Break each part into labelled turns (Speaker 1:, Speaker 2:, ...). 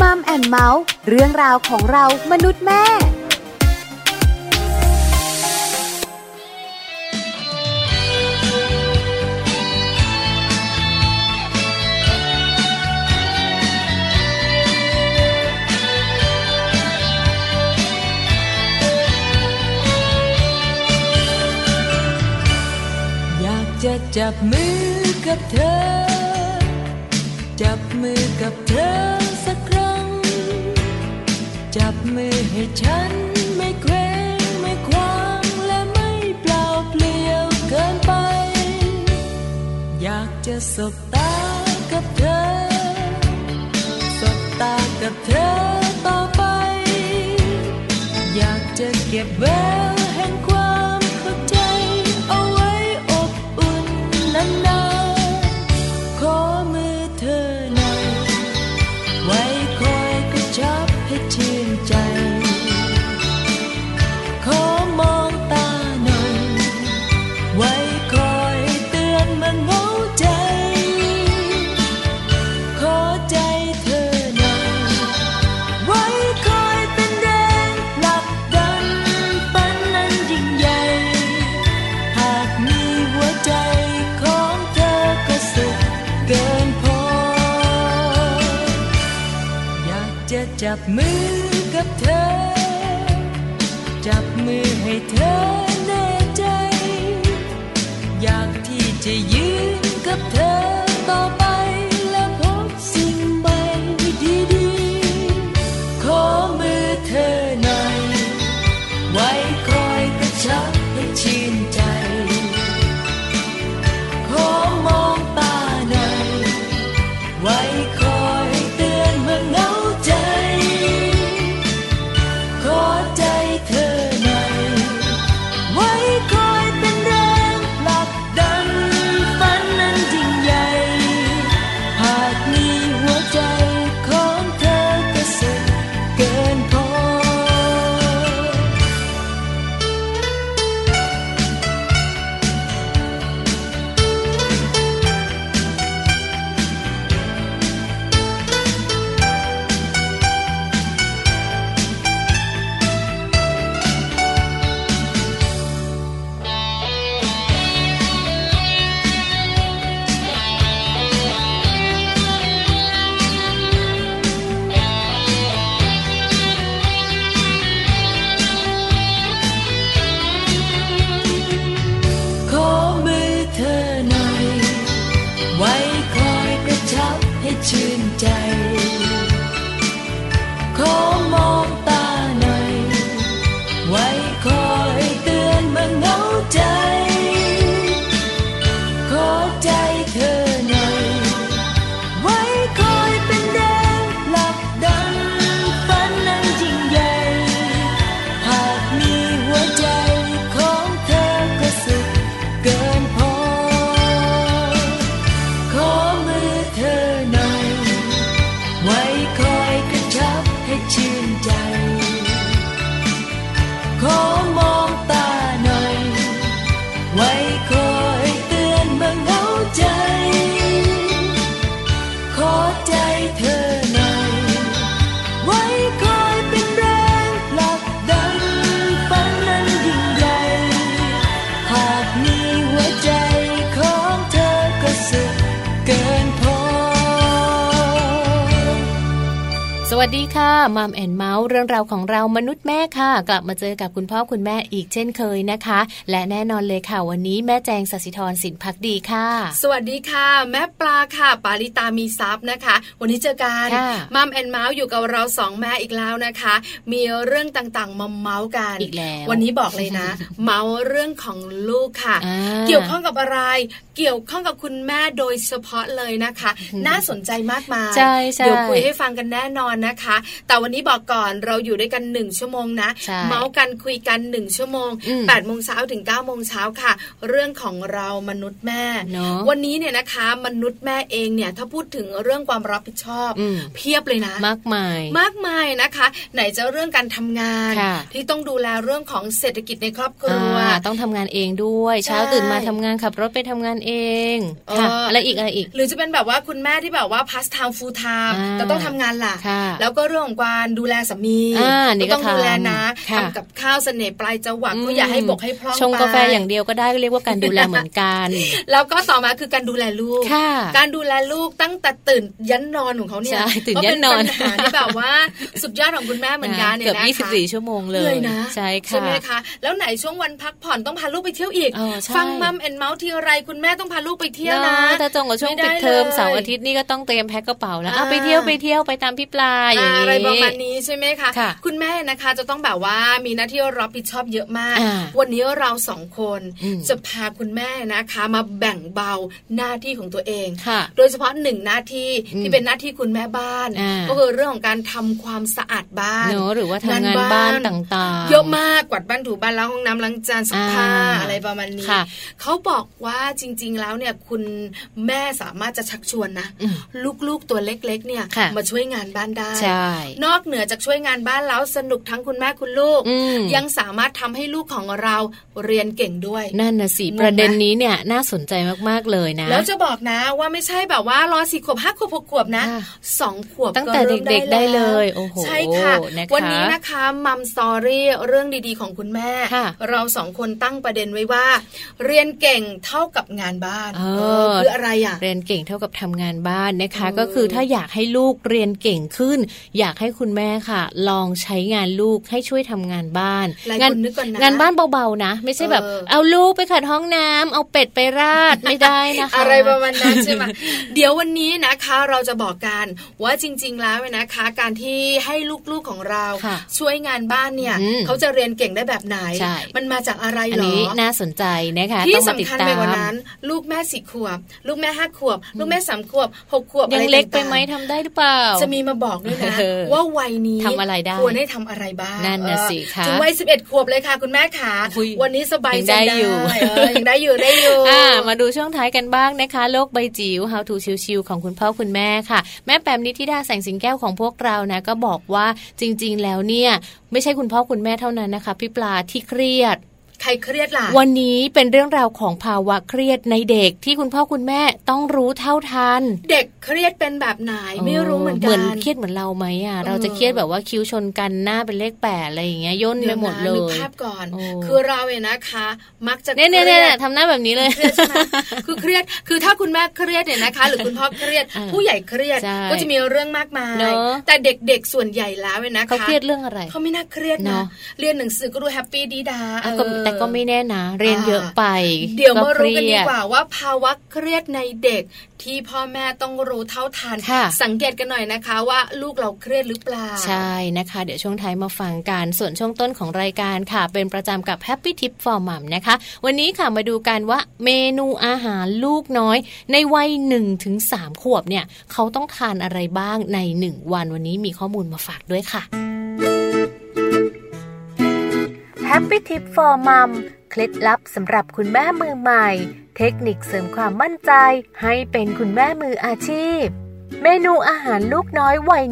Speaker 1: มัมแอนเมาส์เรื่องราวของเรามนุษย์แม่
Speaker 2: อยากจะจับมือกับเธอ จับมือกับเธอสักครั้ง จับมือให้ฉันไม่เกรงไม่ควางและไม่เปล่าเปลี่ยวเกินไป อยากจะสบตากับเธอ สบตากับเธอต่อไป อยากจะเก็บแววแห่งความเข้าใจ เอาไว้อบอุ่นนานๆขอมือเธอหน่อย ไว้คอยกระชับให้ชื่นใจ ขอมองตาหน่อย ไว้คอยเตือนมันเว้าใจ ขอใจเธอหน่อย ไว้คอยเป็นแรงผลักดันฝันนั้นยิ่งใหญ่ หากมีหัวใจของเธอก็สุขเกินพอ อยากจะจับมือกับเธอ จับมือให้เธอแน่ใจ อยากที่จะยืนกับเธอต่อไปและพบสิ่งใหม่ดีๆ ขอมือเธอหน่อย ไว้คอยกระชับให้ชื่นใจ ขอมองตาหน่อย ไว้คอยเตือนเมื่อเหงาใจ ขอใจเธอหน่อย ไว้คอยเป็นแรงผลักดันฝันนั้นยิ่งใหญ่ หากมีหัวใจของเธอก็สุดเกินพอ ขอมือเธอหน่อย ไว้คอยกระชับให้ชื่นใจ ขอมองตาหน่อย ไว้คอยเตือนเมื่อเหงาใจ ขอใจเธอหน่อย ไว้คอยเป็นแรงผลักดันฝันนั้นยิ่งใหญ่ หากมีหัวใจของเธอก็สุขเกินพอ ขอมือเธอหน่อย ไว้คอยกระชับให้ชื่นใจ ขอมองตาหน่อย ไว้คอยเตือนเมื่อเหงาใจ ขอใจเธอหน่อย ไว้คอยเป็นแรงผลักดันฝันนั้นยิ่งใหญ่ หากมีหัวใจของเธอก็สุขเกินพอ
Speaker 3: สวัสดีค่ะมัมแอนเมาส์เรื่องราวของเรามนุษย์แม่ค่ะ กลับมาเจอกับคุณพ่อคุณแม่อีกเช่นเคยนะคะ และแน่นอนเลยค่ะวันนี้แม่แจงสศิธรสินพักดีค่ะ
Speaker 4: สวัสดีค่ะ แม่ปลาค่ะ ปาริตามีซับนะคะ วันนี้เจอกัน
Speaker 3: ค่ะ
Speaker 4: มัมแอนเมาส์อยู่กับเราสองแม่อีกแล้วนะคะ มีเรื่องต่างๆมาเมาส์กัน
Speaker 3: อีกแล้ว
Speaker 4: วันนี้บอกเลยนะ เมาส์เรื่องของลูกค่ะ
Speaker 3: อ่า
Speaker 4: เกี่ยวข้องกับอะไร เกี่ยวข้องกับคุณแม่โดยเฉพาะเลยนะคะ น่าสนใจมากมาย
Speaker 3: ใช่ใช่
Speaker 4: เดี๋ยวคุยให้ฟังกันแน่นอนนะคะ แต่วันนี้บอกก่อนเราอยู่ด้วยกันหนึ่งชั่วโมงนะ
Speaker 3: ใช่
Speaker 4: เมาส์กันคุยกันหนึ่งชั่วโมง
Speaker 3: อืม
Speaker 4: 8ปดโมงเช้าถึง9ก้าโมงเช้าค่ะ เรื่องของเรามนุษย์แม่
Speaker 3: เนอะ
Speaker 4: วันนี้เนี่ยนะคะมนุษย์แม่เองเนี่ยถ้าพูดถึงเรื่องความรับผิดชอบ
Speaker 3: อืม
Speaker 4: เพียบเลยนะ
Speaker 3: มากมาย
Speaker 4: มากมายนะคะ ไหนจะเรื่องการทำงาน
Speaker 3: ค่ะ
Speaker 4: ที่ต้องดูแลเรื่องของเศรษฐกิจในครอบครัว
Speaker 3: อ่าต้องทำงานเองด้วย เช้า
Speaker 4: ใช่
Speaker 3: ตื่นมาทำงานขับรถไปทำงานเองค่ะ
Speaker 4: เอออ
Speaker 3: อะไรอีกอะไรอีก
Speaker 4: หรือจะเป็นแบบว่าคุณแม่ที่แบบว่าพาสไทม์ฟูลไทม์
Speaker 3: อ่า
Speaker 4: แต่ต้องทำงานหลัก
Speaker 3: ค่ะ
Speaker 5: ค่ะ
Speaker 2: แล้วก็เรื่องของการดูแลสามี
Speaker 5: อ่านี่ก็
Speaker 2: ต้องดูแลนะ
Speaker 5: ทำค่ะ
Speaker 2: ทำกับข้าวเสน่ห์ปลายจวัก
Speaker 5: อืม
Speaker 2: ก็อย่าให้บกให้พร่อง
Speaker 5: ชงกาแฟ
Speaker 2: ไป
Speaker 5: อย่างเดียวก็ได้ก็เรียกว่าการดูแลเหมือนกัน
Speaker 2: แล้วก็ต่อมาคือการดูแลลูก
Speaker 5: ค่ะ
Speaker 2: การดูแลลูกตั้งแต่ตื่นยันนอนของเขาเนี่ย
Speaker 5: ใช่ตื่นยันนอน
Speaker 2: ก็เป็ปัญหาที่แบบว่า สุดยอดของคุณแม่เหมือนกันเนี่ย
Speaker 5: เกือบ
Speaker 2: นะคะ
Speaker 5: ยี่สิบสี่ชั่วโมงเล
Speaker 2: หนื่
Speaker 5: ย
Speaker 2: อยนะ
Speaker 5: ใช่ค่ะ
Speaker 2: ไหมคะแล้วไหนช่วงวันพักผ่อนต้องพาลูกไปเที่ยวอีก
Speaker 5: เออใช่
Speaker 2: ฟังมัมแอนเมาส์ทีไรคุณแม่ต้องพาลูกไปเที่ยวนะ
Speaker 5: อแต่จงกับช่วง
Speaker 2: ไม่ได้
Speaker 5: ปิดเทอม
Speaker 2: เลย
Speaker 5: เสาร์อาทิตย์นี่ก็ต้องเตรียมแพ็คกระเป๋าแล้วอ่ะ
Speaker 2: อ่า
Speaker 5: ไปเที่ยวไปเที่ยวไปตามพี่ปลาอย่างนี้
Speaker 2: อะไรประมาณนี้ใช่ไหมคะ
Speaker 5: ค่ะ
Speaker 2: ณแม่นะคะจะต้องแบบว่ามีหน้าที่รับผิดชอบเยอะมาก
Speaker 5: อ่า
Speaker 2: วันนี้เราสองคน
Speaker 5: อืม
Speaker 2: จะพาคุณแม่นะคะมาแบ่งเบาหน้าที่ของตัวเอง
Speaker 5: ค่ะ
Speaker 2: โดยเฉพาะหนึ่งหน้าที่
Speaker 5: อืม
Speaker 2: ที่เป็นหน้าที่คุณแม่บ้าน
Speaker 5: อ่า
Speaker 2: ก็คือเรื่องของการทำความสะอาดบ้าน
Speaker 5: เนอะหรือว่าทำงานบ้านต่างๆ
Speaker 2: เยอะมากกวาดบ้านถูบ้านล้างห้องน้ำล้างจานซักผ้า
Speaker 5: อ่า
Speaker 2: อะไรประมาณนี้
Speaker 5: ค่ะ
Speaker 2: เขาบอกว่าจริง ๆ แล้วเนี่ยคุณแม่สามารถจะชักชวนนะ
Speaker 5: อืม
Speaker 2: ลูกๆตัวเล็ก ๆ เนี่ย
Speaker 5: ค่ะ
Speaker 2: มาช่วยงานบ้านได้
Speaker 5: ใช่
Speaker 2: นอกเหนือจากช่วยงานบ้านแล้วสนุกทั้งคุณแม่คุณลูก
Speaker 5: อืม
Speaker 2: ยังสามารถทำให้ลูกของเราเรียนเก่งด้วย
Speaker 5: นั่นน่ะสิ
Speaker 2: งงไหม
Speaker 5: ประเด็นนี้เนี่ยน่าสนใจมากๆเลยนะ
Speaker 2: แล้วจะบอกนะว่าไม่ใช่แบบว่ารอสี่ขวบห้าขวบหกขวบนะ
Speaker 5: อ่า
Speaker 2: สองขวบ
Speaker 5: ตั้งแต่
Speaker 2: ริ่ม
Speaker 5: เด็กๆได้เลย
Speaker 2: แว
Speaker 5: โอ้โห
Speaker 2: ใช่ค่ะ
Speaker 5: นะคะ
Speaker 2: วันนี้นะคะมัมสอรี่เรื่องดีๆของคุณแม่
Speaker 5: ค่ะ
Speaker 2: เราสองคนตั้งประเด็นไว้ว่า เรียนเก่งเท่ากับงานบ้าน
Speaker 5: เออ
Speaker 2: เออคืออะไรอ่ะ
Speaker 5: เรียนเก่งเท่ากับทำงานบ้านนะคะ
Speaker 2: เออ
Speaker 5: ก็คือถ้าอยากให้ลูกเรียนเก่งขึ้น อยากให้คุณแม่ค่ะ ลองใช้งานลูกให้ช่วยทำงานบ้าน
Speaker 2: หลาย
Speaker 5: งา
Speaker 2: คน นนึกก่อนนะ
Speaker 5: งานบ้านเบาๆนะ ไม่ใช่แบบ
Speaker 2: เออ
Speaker 5: เอาลูกไปขัดห้องน้ำเอาเป็ดไปรา ดไม่ได้นะคะ
Speaker 2: อะไรประมาณนั้นใช่ไหม เดี๋ยววันนี้นะคะเราจะบอกกันว่าจริง ๆ แล้วเนี่ยนะคะ การที่ให้ลูกๆของเรา
Speaker 5: ค่ะ
Speaker 2: ช่วยงานบ้านเนี่ย
Speaker 5: อืม
Speaker 2: เขาจะเรียนเก่งได้แบบไหน
Speaker 5: ใช่
Speaker 2: มันมาจากอะไร
Speaker 5: อัน
Speaker 2: เหรอ
Speaker 5: นี้น่าสนใจนะคะ
Speaker 2: ที่
Speaker 5: ต้องมา
Speaker 2: สำ
Speaker 5: ติด
Speaker 2: คัญ
Speaker 5: ตา
Speaker 2: ไป
Speaker 5: ม
Speaker 2: กว่านั้น ลูกแม่สี่ขวบ ลูกแม่ห้าขวบ ลูกแม่สามขวบหกขวบ
Speaker 5: ยั
Speaker 2: อะ
Speaker 5: ง
Speaker 2: ร
Speaker 5: เล็กไป
Speaker 2: ต่าๆ
Speaker 5: ไหมทำได้หรือเปล่า
Speaker 2: จะมีมาบอกด้วยนะ
Speaker 5: เออ
Speaker 2: ว่าวัยนี้
Speaker 5: ทำอะไรได้
Speaker 2: ควรให้ทำอะไรบ้าง
Speaker 5: นั่นน่ะ
Speaker 2: เออ
Speaker 5: สิคะ
Speaker 2: ถึงวัยสิบเอ็ดขวบเลยค่ะคุณแม่ขา
Speaker 5: อุ๊ย
Speaker 2: วันนี้สบาย
Speaker 5: ยัง
Speaker 2: ใจ
Speaker 5: ได้
Speaker 2: ได้
Speaker 5: อยู่
Speaker 2: เออยังได้อยู่ได้อยู่
Speaker 5: อ่ามาดูช่วงท้ายกันบ้างนะคะ โลกใบจิ๋ว How to ชิวๆของคุณพ่อคุณแม่ค่ะ แม่แปมนิธิดาแสงสิงแก้วของพวกเรานะ ก็บอกว่าจริง ๆ แล้วเนี่ย ไม่ใช่คุณพ่อคุณแม่เท่านั้นนะคะ พี่ปลาที่เครียด
Speaker 2: ใครเครียดล่ะ
Speaker 5: วันนี้เป็นเรื่องราวของภาวะเครียดในเด็กที่คุณพ่อคุณแม่ต้องรู้เท่าทัน
Speaker 2: เด็กเครียดเป็นแบบไหนไม่รู้เหมือนกัน
Speaker 5: เครียดเหมือนเราไหมอ่ะ เราจะ
Speaker 2: เออ
Speaker 5: เครียดแบบว่าคิ้วชนกันหน้าเป็นเลขแปดอะไรอย่างเงี้ยย่นไป
Speaker 2: เดี๋ยวนะ
Speaker 5: หมดเล
Speaker 2: นึก
Speaker 5: ย
Speaker 2: ภาพก่อน
Speaker 5: โอ้
Speaker 2: คือเราเนี่ยนะคะ มักจะ
Speaker 5: เนี่ยเนี่ย
Speaker 2: ค
Speaker 5: เนี่
Speaker 2: รี
Speaker 5: ย
Speaker 2: ด
Speaker 5: ทำหน้าแบบนี้เลย
Speaker 2: เครียดใช่ไหมคือเครียดคือถ้าคุณแม่เครียดเนี่ยนะคะ หรือคุณพ่อเครียด
Speaker 5: เออ
Speaker 2: ผู้ใหญ่เครียด
Speaker 5: ใช่
Speaker 2: ก็จะมีเรื่องมากมาย
Speaker 5: เนอะ
Speaker 2: แต่เด็กๆส่วนใหญ่แล้วเนี่ยนะคะ
Speaker 5: เขาเครียดเรื่องอะไร
Speaker 2: เขาไม่น่าเครียด
Speaker 5: เน
Speaker 2: นะ
Speaker 5: อะ
Speaker 2: เรียนหนังสือก็ดูแฮปปี้ดีดา
Speaker 5: อ่ะก็
Speaker 2: เออ
Speaker 5: แต่ก็ไม่แน่นะ เรียนเยอะไป
Speaker 2: เดี๋ยวมารู้
Speaker 5: เค
Speaker 2: กัน
Speaker 5: รี
Speaker 2: ดี
Speaker 5: ย
Speaker 2: กว่าว่าภาวะเครียดในเด็กที่พ่อแม่ต้องรู้เท่าทัน
Speaker 5: ค่ะ
Speaker 2: สังเกตกันหน่อยนะคะว่าลูกเราเครียดหรือเปล่า
Speaker 5: ใช่นะคะ เดี๋ยวช่วงท้ายมาฟังกัน ส่วนช่วงต้นของรายการค่ะ เป็นประจำกับ Happy Tip for Mom นะคะ วันนี้ค่ะมาดูกันว่าเมนูอาหารลูกน้อย ในวัย1-3ถึง3ขวบเนี่ย เขาต้องทานอะไรบ้างใน 1 วันวันนี้มีข้อมูลมาฝากด้วยค่ะ
Speaker 4: แฮปปี้ทิป for มัมเคล็ดลับสำหรับคุณแม่มือใหม่ เทคนิคเสริมความมั่นใจ ให้เป็นคุณแม่มืออาชีพ เมนูอาหารลูกน้อยวัย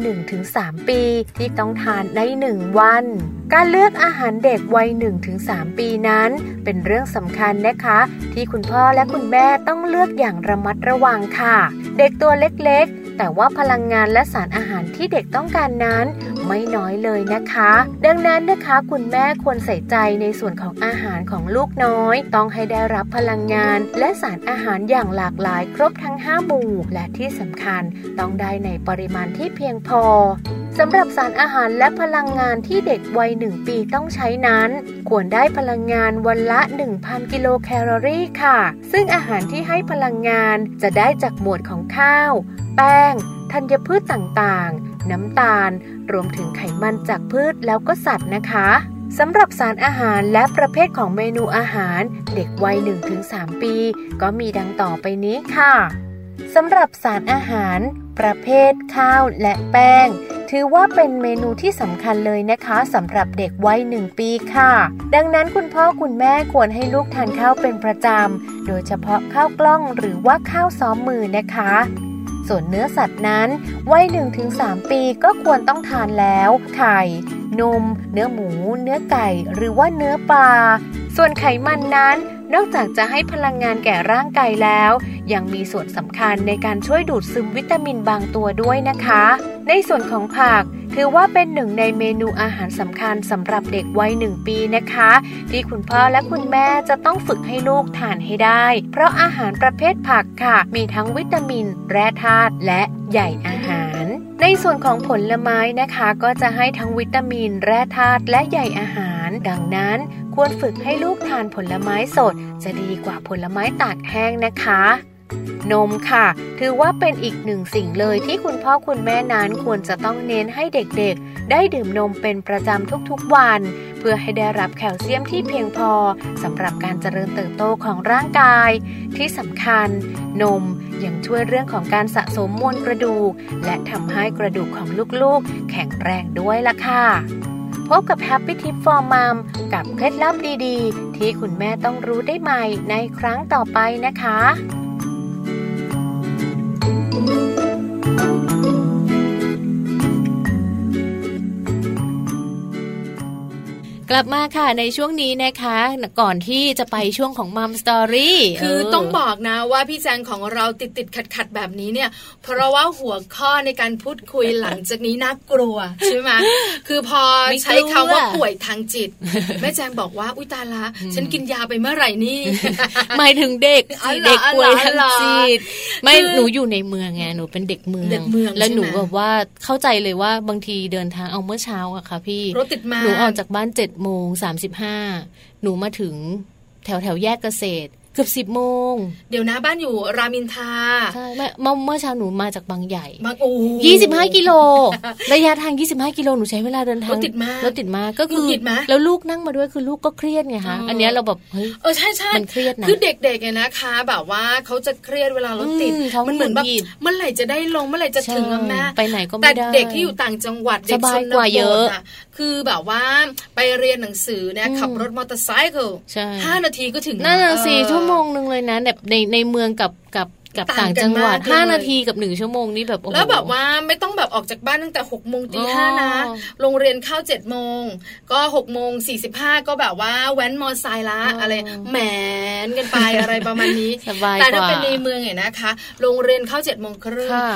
Speaker 4: 1-3 ปี ที่ต้องทานใน 1 วัน การเลือกอาหารเด็กวัย 1-3 ปีนั้น เป็นเรื่องสำคัญนะคะ ที่คุณพ่อและคุณแม่ต้องเลือกอย่างระมัดระวังค่ะ เด็กตัวเล็กๆ แต่ว่าพลังงานและสารอาหารที่เด็กต้องการนั้น ไม่น้อยเลยนะคะ ดังนั้นนะคะคุณแม่ควรใส่ใจในส่วนของอาหารของลูกน้อย ต้องให้ได้รับพลังงาน และสารอาหารอย่างหลากหลายครบทั้ง 5 หมู่ และที่สำคัญต้องได้ในปริมาณที่เพียงพอ สำหรับสารอาหารและพลังงานที่เด็กวัย 1 ปีต้องใช้นั้น ควรได้พลังงานวันละ 1,000 กิโลแคลอรี่ค่ะ ซึ่งอาหารที่ให้พลังงานจะได้จากหมวดของข้าว แป้ง ธัญพืชต่างๆ น้ำตาล รวมถึงไขมันจากพืชแล้วก็สัตว์นะคะสำหรับสารอาหารและประเภทของเมนูอาหาร เด็กวัย 1-3 ปี ก็มีดังต่อไปนี้ค่ะ สำหรับสารอาหาร ประเภทข้าวและแป้ง ถือว่าเป็นเมนูที่สำคัญเลยนะคะสำหรับเด็กวัย1ปีค่ะ ดังนั้นคุณพ่อคุณแม่ควรให้ลูกทานข้าวเป็นประจำ โดยเฉพาะข้าวกล้องหรือว่าข้าวซ้อมมือนะคะ ส่วนเนื้อสัตว์นั้น วัย 1-3 ปีก็ควรต้องทานแล้ว ไข่ นม เนื้อหมู เนื้อไก่ หรือว่าเนื้อปลา ส่วนไขมันนั้น
Speaker 3: นอกจากจะให้พลังงานแก่ร่างกายแล้ว ยังมีส่วนสำคัญในการช่วยดูดซึมวิตามินบางตัวด้วยนะคะ ในส่วนของผัก ถือว่าเป็นหนึ่งในเมนูอาหารสำคัญสำหรับเด็กวัยหนึ่งปีนะคะ ที่คุณพ่อและคุณแม่จะต้องฝึกให้ลูกทานให้ได้ เพราะอาหารประเภทผักค่ะ มีทั้งวิตามิน แร่ธาตุและใยอาหาร ในส่วนของผลไม้นะคะ ก็จะให้ทั้งวิตามิน แร่ธาตุและใยอาหาร ดังนั้น ควรฝึกให้ลูกทานผลไม้สด จะดีกว่าผลไม้ตากแห้งนะคะ นมค่ะ ถือว่าเป็นอีกหนึ่งสิ่งเลยที่คุณพ่อคุณแม่นั้นควรจะต้องเน้นให้เด็กๆ ได้ดื่มนมเป็นประจำทุกๆวัน เพื่อให้ได้รับแคลเซียมที่เพียงพอสำหรับการเจริญเติบโตของร่างกาย ที่สำคัญ นมยังช่วยเรื่องของการสะสมมวลกระดูก และทำให้กระดูกของลูกๆ แข็งแรงด้วยล่ะค่ะ พบกับ Happy Tip for Mom กับเคล็ดลับดีๆ ที่คุณแม่ต้องรู้ได้ใหม่ในครั้งต่อไปนะคะ
Speaker 4: กลับมาค่ะในช่วงนี้นะคะ ก่อนที่จะไปช่วงของมัมสตอรี่
Speaker 6: คือต้องบอกนะว่าพี่แจงของเราติดติดขัดขัดๆแบบนี้เนี่ย เพราะว่าหัวข้อในการพูดคุยหลังจากนี้น่ากลัวใช่ไหม คือพอใช้คำว่าป่วยทางจิต แม่แจงบอกว่าอุ้ยตายละ ฉันกินยาไปเมื่อไหร่นี่
Speaker 4: หมายถึงเด็ก
Speaker 6: อ๋อ
Speaker 4: สิ
Speaker 6: เหรอ
Speaker 4: เด็กป่วยทาง
Speaker 6: เหรอ
Speaker 4: จิตไม่
Speaker 6: คือ
Speaker 4: หนูอยู่ในเมืองไงหนูเป็นเด็กเมือง
Speaker 6: เด็กเมือง
Speaker 4: แล้ว
Speaker 6: ใช่ไหม
Speaker 4: หนูแบบว่าเข้าใจเลยว่าบางทีเดินทางเอาเมื่อเช้าอะค่ะพี่
Speaker 6: รถติดมา
Speaker 4: หนูออกจากบ้านเจ็ดโมงสามสิบห้าหนูมาถึงแถวแถวแยกเกษตร เกือบสิบ10โมง
Speaker 6: เดี๋ยวนะบ้านอยู่รามอินทรา
Speaker 4: ใช่แม่เมื่อเมื่อเช้าหนูมาจากบางใหญ่
Speaker 6: มาโอ้
Speaker 4: 25 กิโล ระยะทาง 25 กิโลหนูใช้เวลาเดินทาง
Speaker 6: รถติดมาก
Speaker 4: รถติดมากก็คื
Speaker 6: ห
Speaker 4: อ
Speaker 6: งุดหงิดไหม
Speaker 4: แล้วลูกนั่งมาด้วยคือลูกก็เครียดไงคะ
Speaker 6: อ๋ออั
Speaker 4: อันเนี้ยเราแบบเฮ้ย
Speaker 6: เออใช่ใช่
Speaker 4: มันเครียดนะ
Speaker 6: คือเด็กๆเนี่ยนะคะ แบบว่าเขาจะเครียดเวลารถติด
Speaker 4: อืมเขา
Speaker 6: มัเหมือนแบบ
Speaker 4: หงุดหงิด
Speaker 6: เมื่อไหร่จะได้ลงเมื่อไหร่จะถึงอะแม่
Speaker 4: ไปไหนก็
Speaker 6: แต่
Speaker 4: ไม่ได้
Speaker 6: เด็กที่อยู่ต่างจังหวัดเด็ก
Speaker 4: สบาย
Speaker 6: ชนบท
Speaker 4: กว่าเยอะ
Speaker 6: น่คือแบบว่าไปเรียนหนังสือเนี่ย
Speaker 4: อืม
Speaker 6: ขับรถมอเตอร์ไซค์เข
Speaker 4: ใช่
Speaker 6: ห้านาทีก็ถึง
Speaker 4: นั่นน่ะ
Speaker 6: เออ
Speaker 4: สี่ชั่วโมงหนึ่งเลยนะแบบในในเมืองกับกับกับ
Speaker 6: ต่า
Speaker 4: ต่าง ง
Speaker 6: กัน
Speaker 4: จังหวัด
Speaker 6: มากเลย
Speaker 4: ห้านาทีกับหนึ่งชั่วโมงนี่แบบโอ้โห
Speaker 6: แล้วแบบว่าไม่ต้องแบบออกจากบ้านตั้งแต่หกโมงตี
Speaker 4: อ๋อ
Speaker 6: ห้านะ โรงเรียนเข้าเจ็ดโมง ก็หกโมงสี่สิบห้าก็แบบว่าแว้นมอไซค์ละอะไรแหมนกันไปอะไรประมาณนี้
Speaker 4: สบาย
Speaker 6: แต่ถ้าก
Speaker 4: ว่
Speaker 6: เป็นในเมืองเนี่ยนะคะ โรงเรียนเข้าเจ็ดโมงครึ่ง
Speaker 4: ค่ะ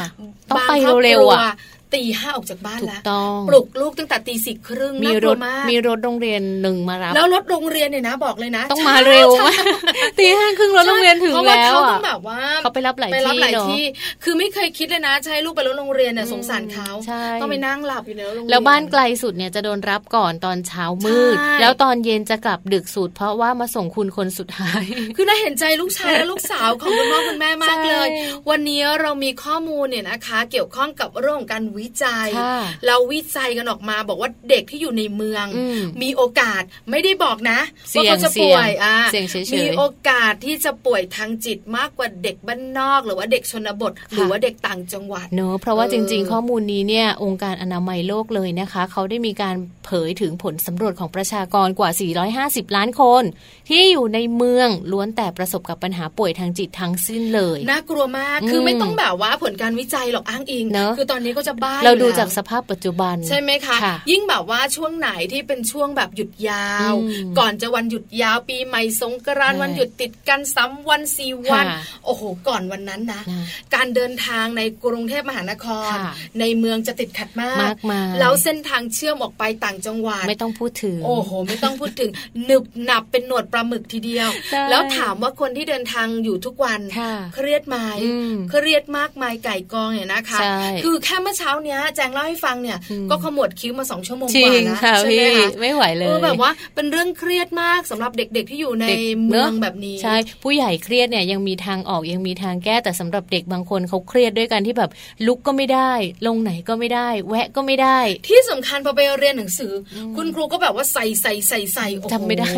Speaker 4: ต้องไป
Speaker 6: บาคบค
Speaker 4: เร็วๆอะ
Speaker 6: ตีห้าออกจากบ้าน
Speaker 4: ถูก
Speaker 6: แล้ว
Speaker 4: ต้อง
Speaker 6: ปลุกลูกตั้งแต่ตีสี่ครึ่ง
Speaker 4: มี
Speaker 6: น่าก
Speaker 4: ร
Speaker 6: ลัว
Speaker 4: ถ
Speaker 6: มาก
Speaker 4: มีรถโรงเรียนหนึ่งมารับ
Speaker 6: แล้วรถโรงเรียนเนี่ยนะบอกเลยนะ
Speaker 4: ต้องมาเร็วมาก ตีห้าครึ่งรถโรงเรียนถึง
Speaker 6: เพราะว่า
Speaker 4: แล้ว
Speaker 6: เขาต้
Speaker 4: อะ
Speaker 6: องแบบว่า
Speaker 4: เขาไปรับหลาย
Speaker 6: ไปรับ
Speaker 4: ที่
Speaker 6: หลาย
Speaker 4: เนาะ
Speaker 6: ที่ คือไม่เคยคิดเลยนะจะให้ลูกไปรถโรงเรียนเนี่ย
Speaker 4: อืม
Speaker 6: สงสารเขา
Speaker 4: ใช่
Speaker 6: ต้องไปนั่งหลับอยู่ในรถโรงเรียน
Speaker 4: แล้วบ้านไกลสุดเนี่ยจะโดนรับก่อนตอนเช้ามืด
Speaker 6: ใช่
Speaker 4: แล้วตอนเย็นจะกลับดึกสุด เพราะว่ามาส่งคุณคนสุดท้าย
Speaker 6: คือน่าเห็นใจลูก ชายและลูกสาวของคุณพ่อคุณแม่มากเลย
Speaker 4: ใช่
Speaker 6: วันนี้เรามีข้อมูลเนี่ยนะคะ เกี่ยวข้องกับเรื่องของการวิจัย
Speaker 4: ค่ะ
Speaker 6: เราวิจัยกันออกมาบอกว่าเด็กที่อยู่ในเมือง
Speaker 4: อืม
Speaker 6: มีโอกาสไม่ได้บอกนะ
Speaker 4: เสี่ง
Speaker 6: ว่ายเขาจะป่วย
Speaker 4: เสี่ยง
Speaker 6: อ่ะ
Speaker 4: เสี่ยงเฉยๆ
Speaker 6: มีโอกาสที่จะป่วยทางจิตมากกว่าเด็กบ้านนอก หรือว่าเด็กชนบท ห
Speaker 4: ค่ะ
Speaker 6: รือว่าเด็กต่างจังหวัด
Speaker 4: เนอะเพราะว่า
Speaker 6: เออ
Speaker 4: จริงๆ ข้อมูลนี้เนี่ยองค์การอนามัยโลกเลยนะคะ เขาได้มีการเผยถึงผลสำรวจของประชากรกว่า 450 ล้านคน ที่อยู่ในเมืองล้วนแต่ประสบกับปัญหาป่วยทางจิตทั้งสิ้นเลย
Speaker 6: น่ากลัวมากคืออ
Speaker 4: ม
Speaker 6: ไม่ต้องแบบว่าผลการวิจัยหรอกอ้างอิง
Speaker 4: เนอะ
Speaker 6: คือตอนนี้ก็จะบ้า
Speaker 4: เรา
Speaker 6: อยู่
Speaker 4: ดู
Speaker 6: แล้ว
Speaker 4: จากสภาพปัจจุบัน
Speaker 6: ใช่ไหมคะ
Speaker 4: ค่ะ
Speaker 6: ยิ่งแบบว่าช่วงไหนที่เป็นช่วงแบบหยุดยาว
Speaker 4: อืม
Speaker 6: ก่อนจะวันหยุดยาวปีใหม่สงกรานต์
Speaker 4: ใช่
Speaker 6: วันหยุดติดกันซ้ำวันสี่วัน
Speaker 4: ค่ะ
Speaker 6: โอ้โห ก่อนวันนั้นนะ
Speaker 4: นะ
Speaker 6: การเดินทางในกรุงเทพมหานคร
Speaker 4: ค่ะ
Speaker 6: ในเมืองจะติดขัดมาม
Speaker 4: าก กมาย
Speaker 6: แล้วเส้นทางเชื่อมออกไปต่างจังหวัด
Speaker 4: ไม่ต้องพูดถึง
Speaker 6: โอ้โห ไม่ต้องพูดถึง หนึบหนับเป็นหนวดปลาหมึกทีเดียว
Speaker 4: ใช่
Speaker 6: แล้วถามว่าคนที่เดินทางอยู่ทุกวัน
Speaker 4: ค่ะ
Speaker 6: เครียดไหม
Speaker 4: อืม
Speaker 6: เครียดมากมายไก่กองเนี่ยนะคะ
Speaker 4: ใช่
Speaker 6: คือแค่เมื่อเช้าเนี้ยแจงเล่าให้ฟังเนี่ย
Speaker 4: อืม
Speaker 6: ก็ขมวดคิ้วมาสองชั่วโมง
Speaker 4: จริ
Speaker 6: กว่าง นะ
Speaker 4: ค่ะ
Speaker 6: ใช่ไหม
Speaker 4: พี่
Speaker 6: คะ
Speaker 4: ไม่ไหวเลย
Speaker 6: เออแบบว่าเป็นเรื่องเครียดมากสำหรับเด็กๆที่อยู่ใน
Speaker 4: ด็ก
Speaker 6: เมือง
Speaker 4: ะ
Speaker 6: แบบนี้
Speaker 4: ใช่ ผู้ใหญ่เครียดเนี่ยยังมีทางออกยังมีทางแก้แต่สำหรับเด็กบางคนเขาเครียดด้วยกันที่แบบลุกก็ไม่ได้ ลงไหนก็ไม่ได้ แวะก็ไม่ได้
Speaker 6: ที่สำคัญพอไปเรียนหนังสืออคุณครูก็แบบว่าใส่ใส่ใส่ใส่โอ้โห
Speaker 4: จำไม่ได้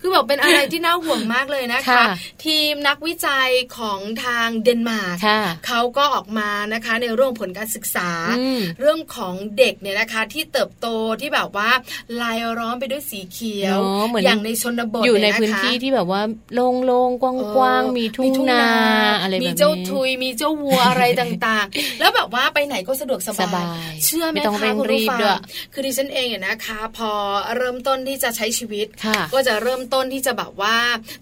Speaker 6: คือแบบเป็นอะไรที่น่าห่วงมากเลยนะคะ
Speaker 4: ค่ะ
Speaker 6: ทีมนักวิจัยของทางเดนมาร์ก
Speaker 4: ค่ะ
Speaker 6: เขาก็ออกมานะคะในเรื่องผลการศึกษา
Speaker 4: อืม
Speaker 6: เรื่องของเด็กเนี่ยนะคะ ที่เติบโตที่แบบว่าลายล้อมไปด้วยสีเขียว
Speaker 4: เนอะเหมือน
Speaker 6: อย่างในชนบท
Speaker 4: อยู่ใน
Speaker 6: เะคะ
Speaker 4: พื้นที่ที่แบบว่าโล่งๆ กว้าง
Speaker 6: เออ
Speaker 4: ๆ มีทุ่งนา อะไรแบบนี้
Speaker 6: มีเจ้าทุยมีเจ้าวัวอะไร ต่างๆ แล้วแบบว่าไปไหนก็สะดวกสบาย
Speaker 4: สบาย
Speaker 6: เชื่อไหม
Speaker 4: ไม่ต้อง
Speaker 6: คะ
Speaker 4: เร่ง
Speaker 6: คุณ
Speaker 4: รี
Speaker 6: ผู้
Speaker 4: บ
Speaker 6: ฟัง
Speaker 4: ด้วย
Speaker 6: คือดิฉันเองเนี่ย นะคะ พอเริ่มต้นที่จะใช้ชีวิต
Speaker 4: ค่ะ
Speaker 6: ก็จะเริ่มต้นที่จะแบบว่า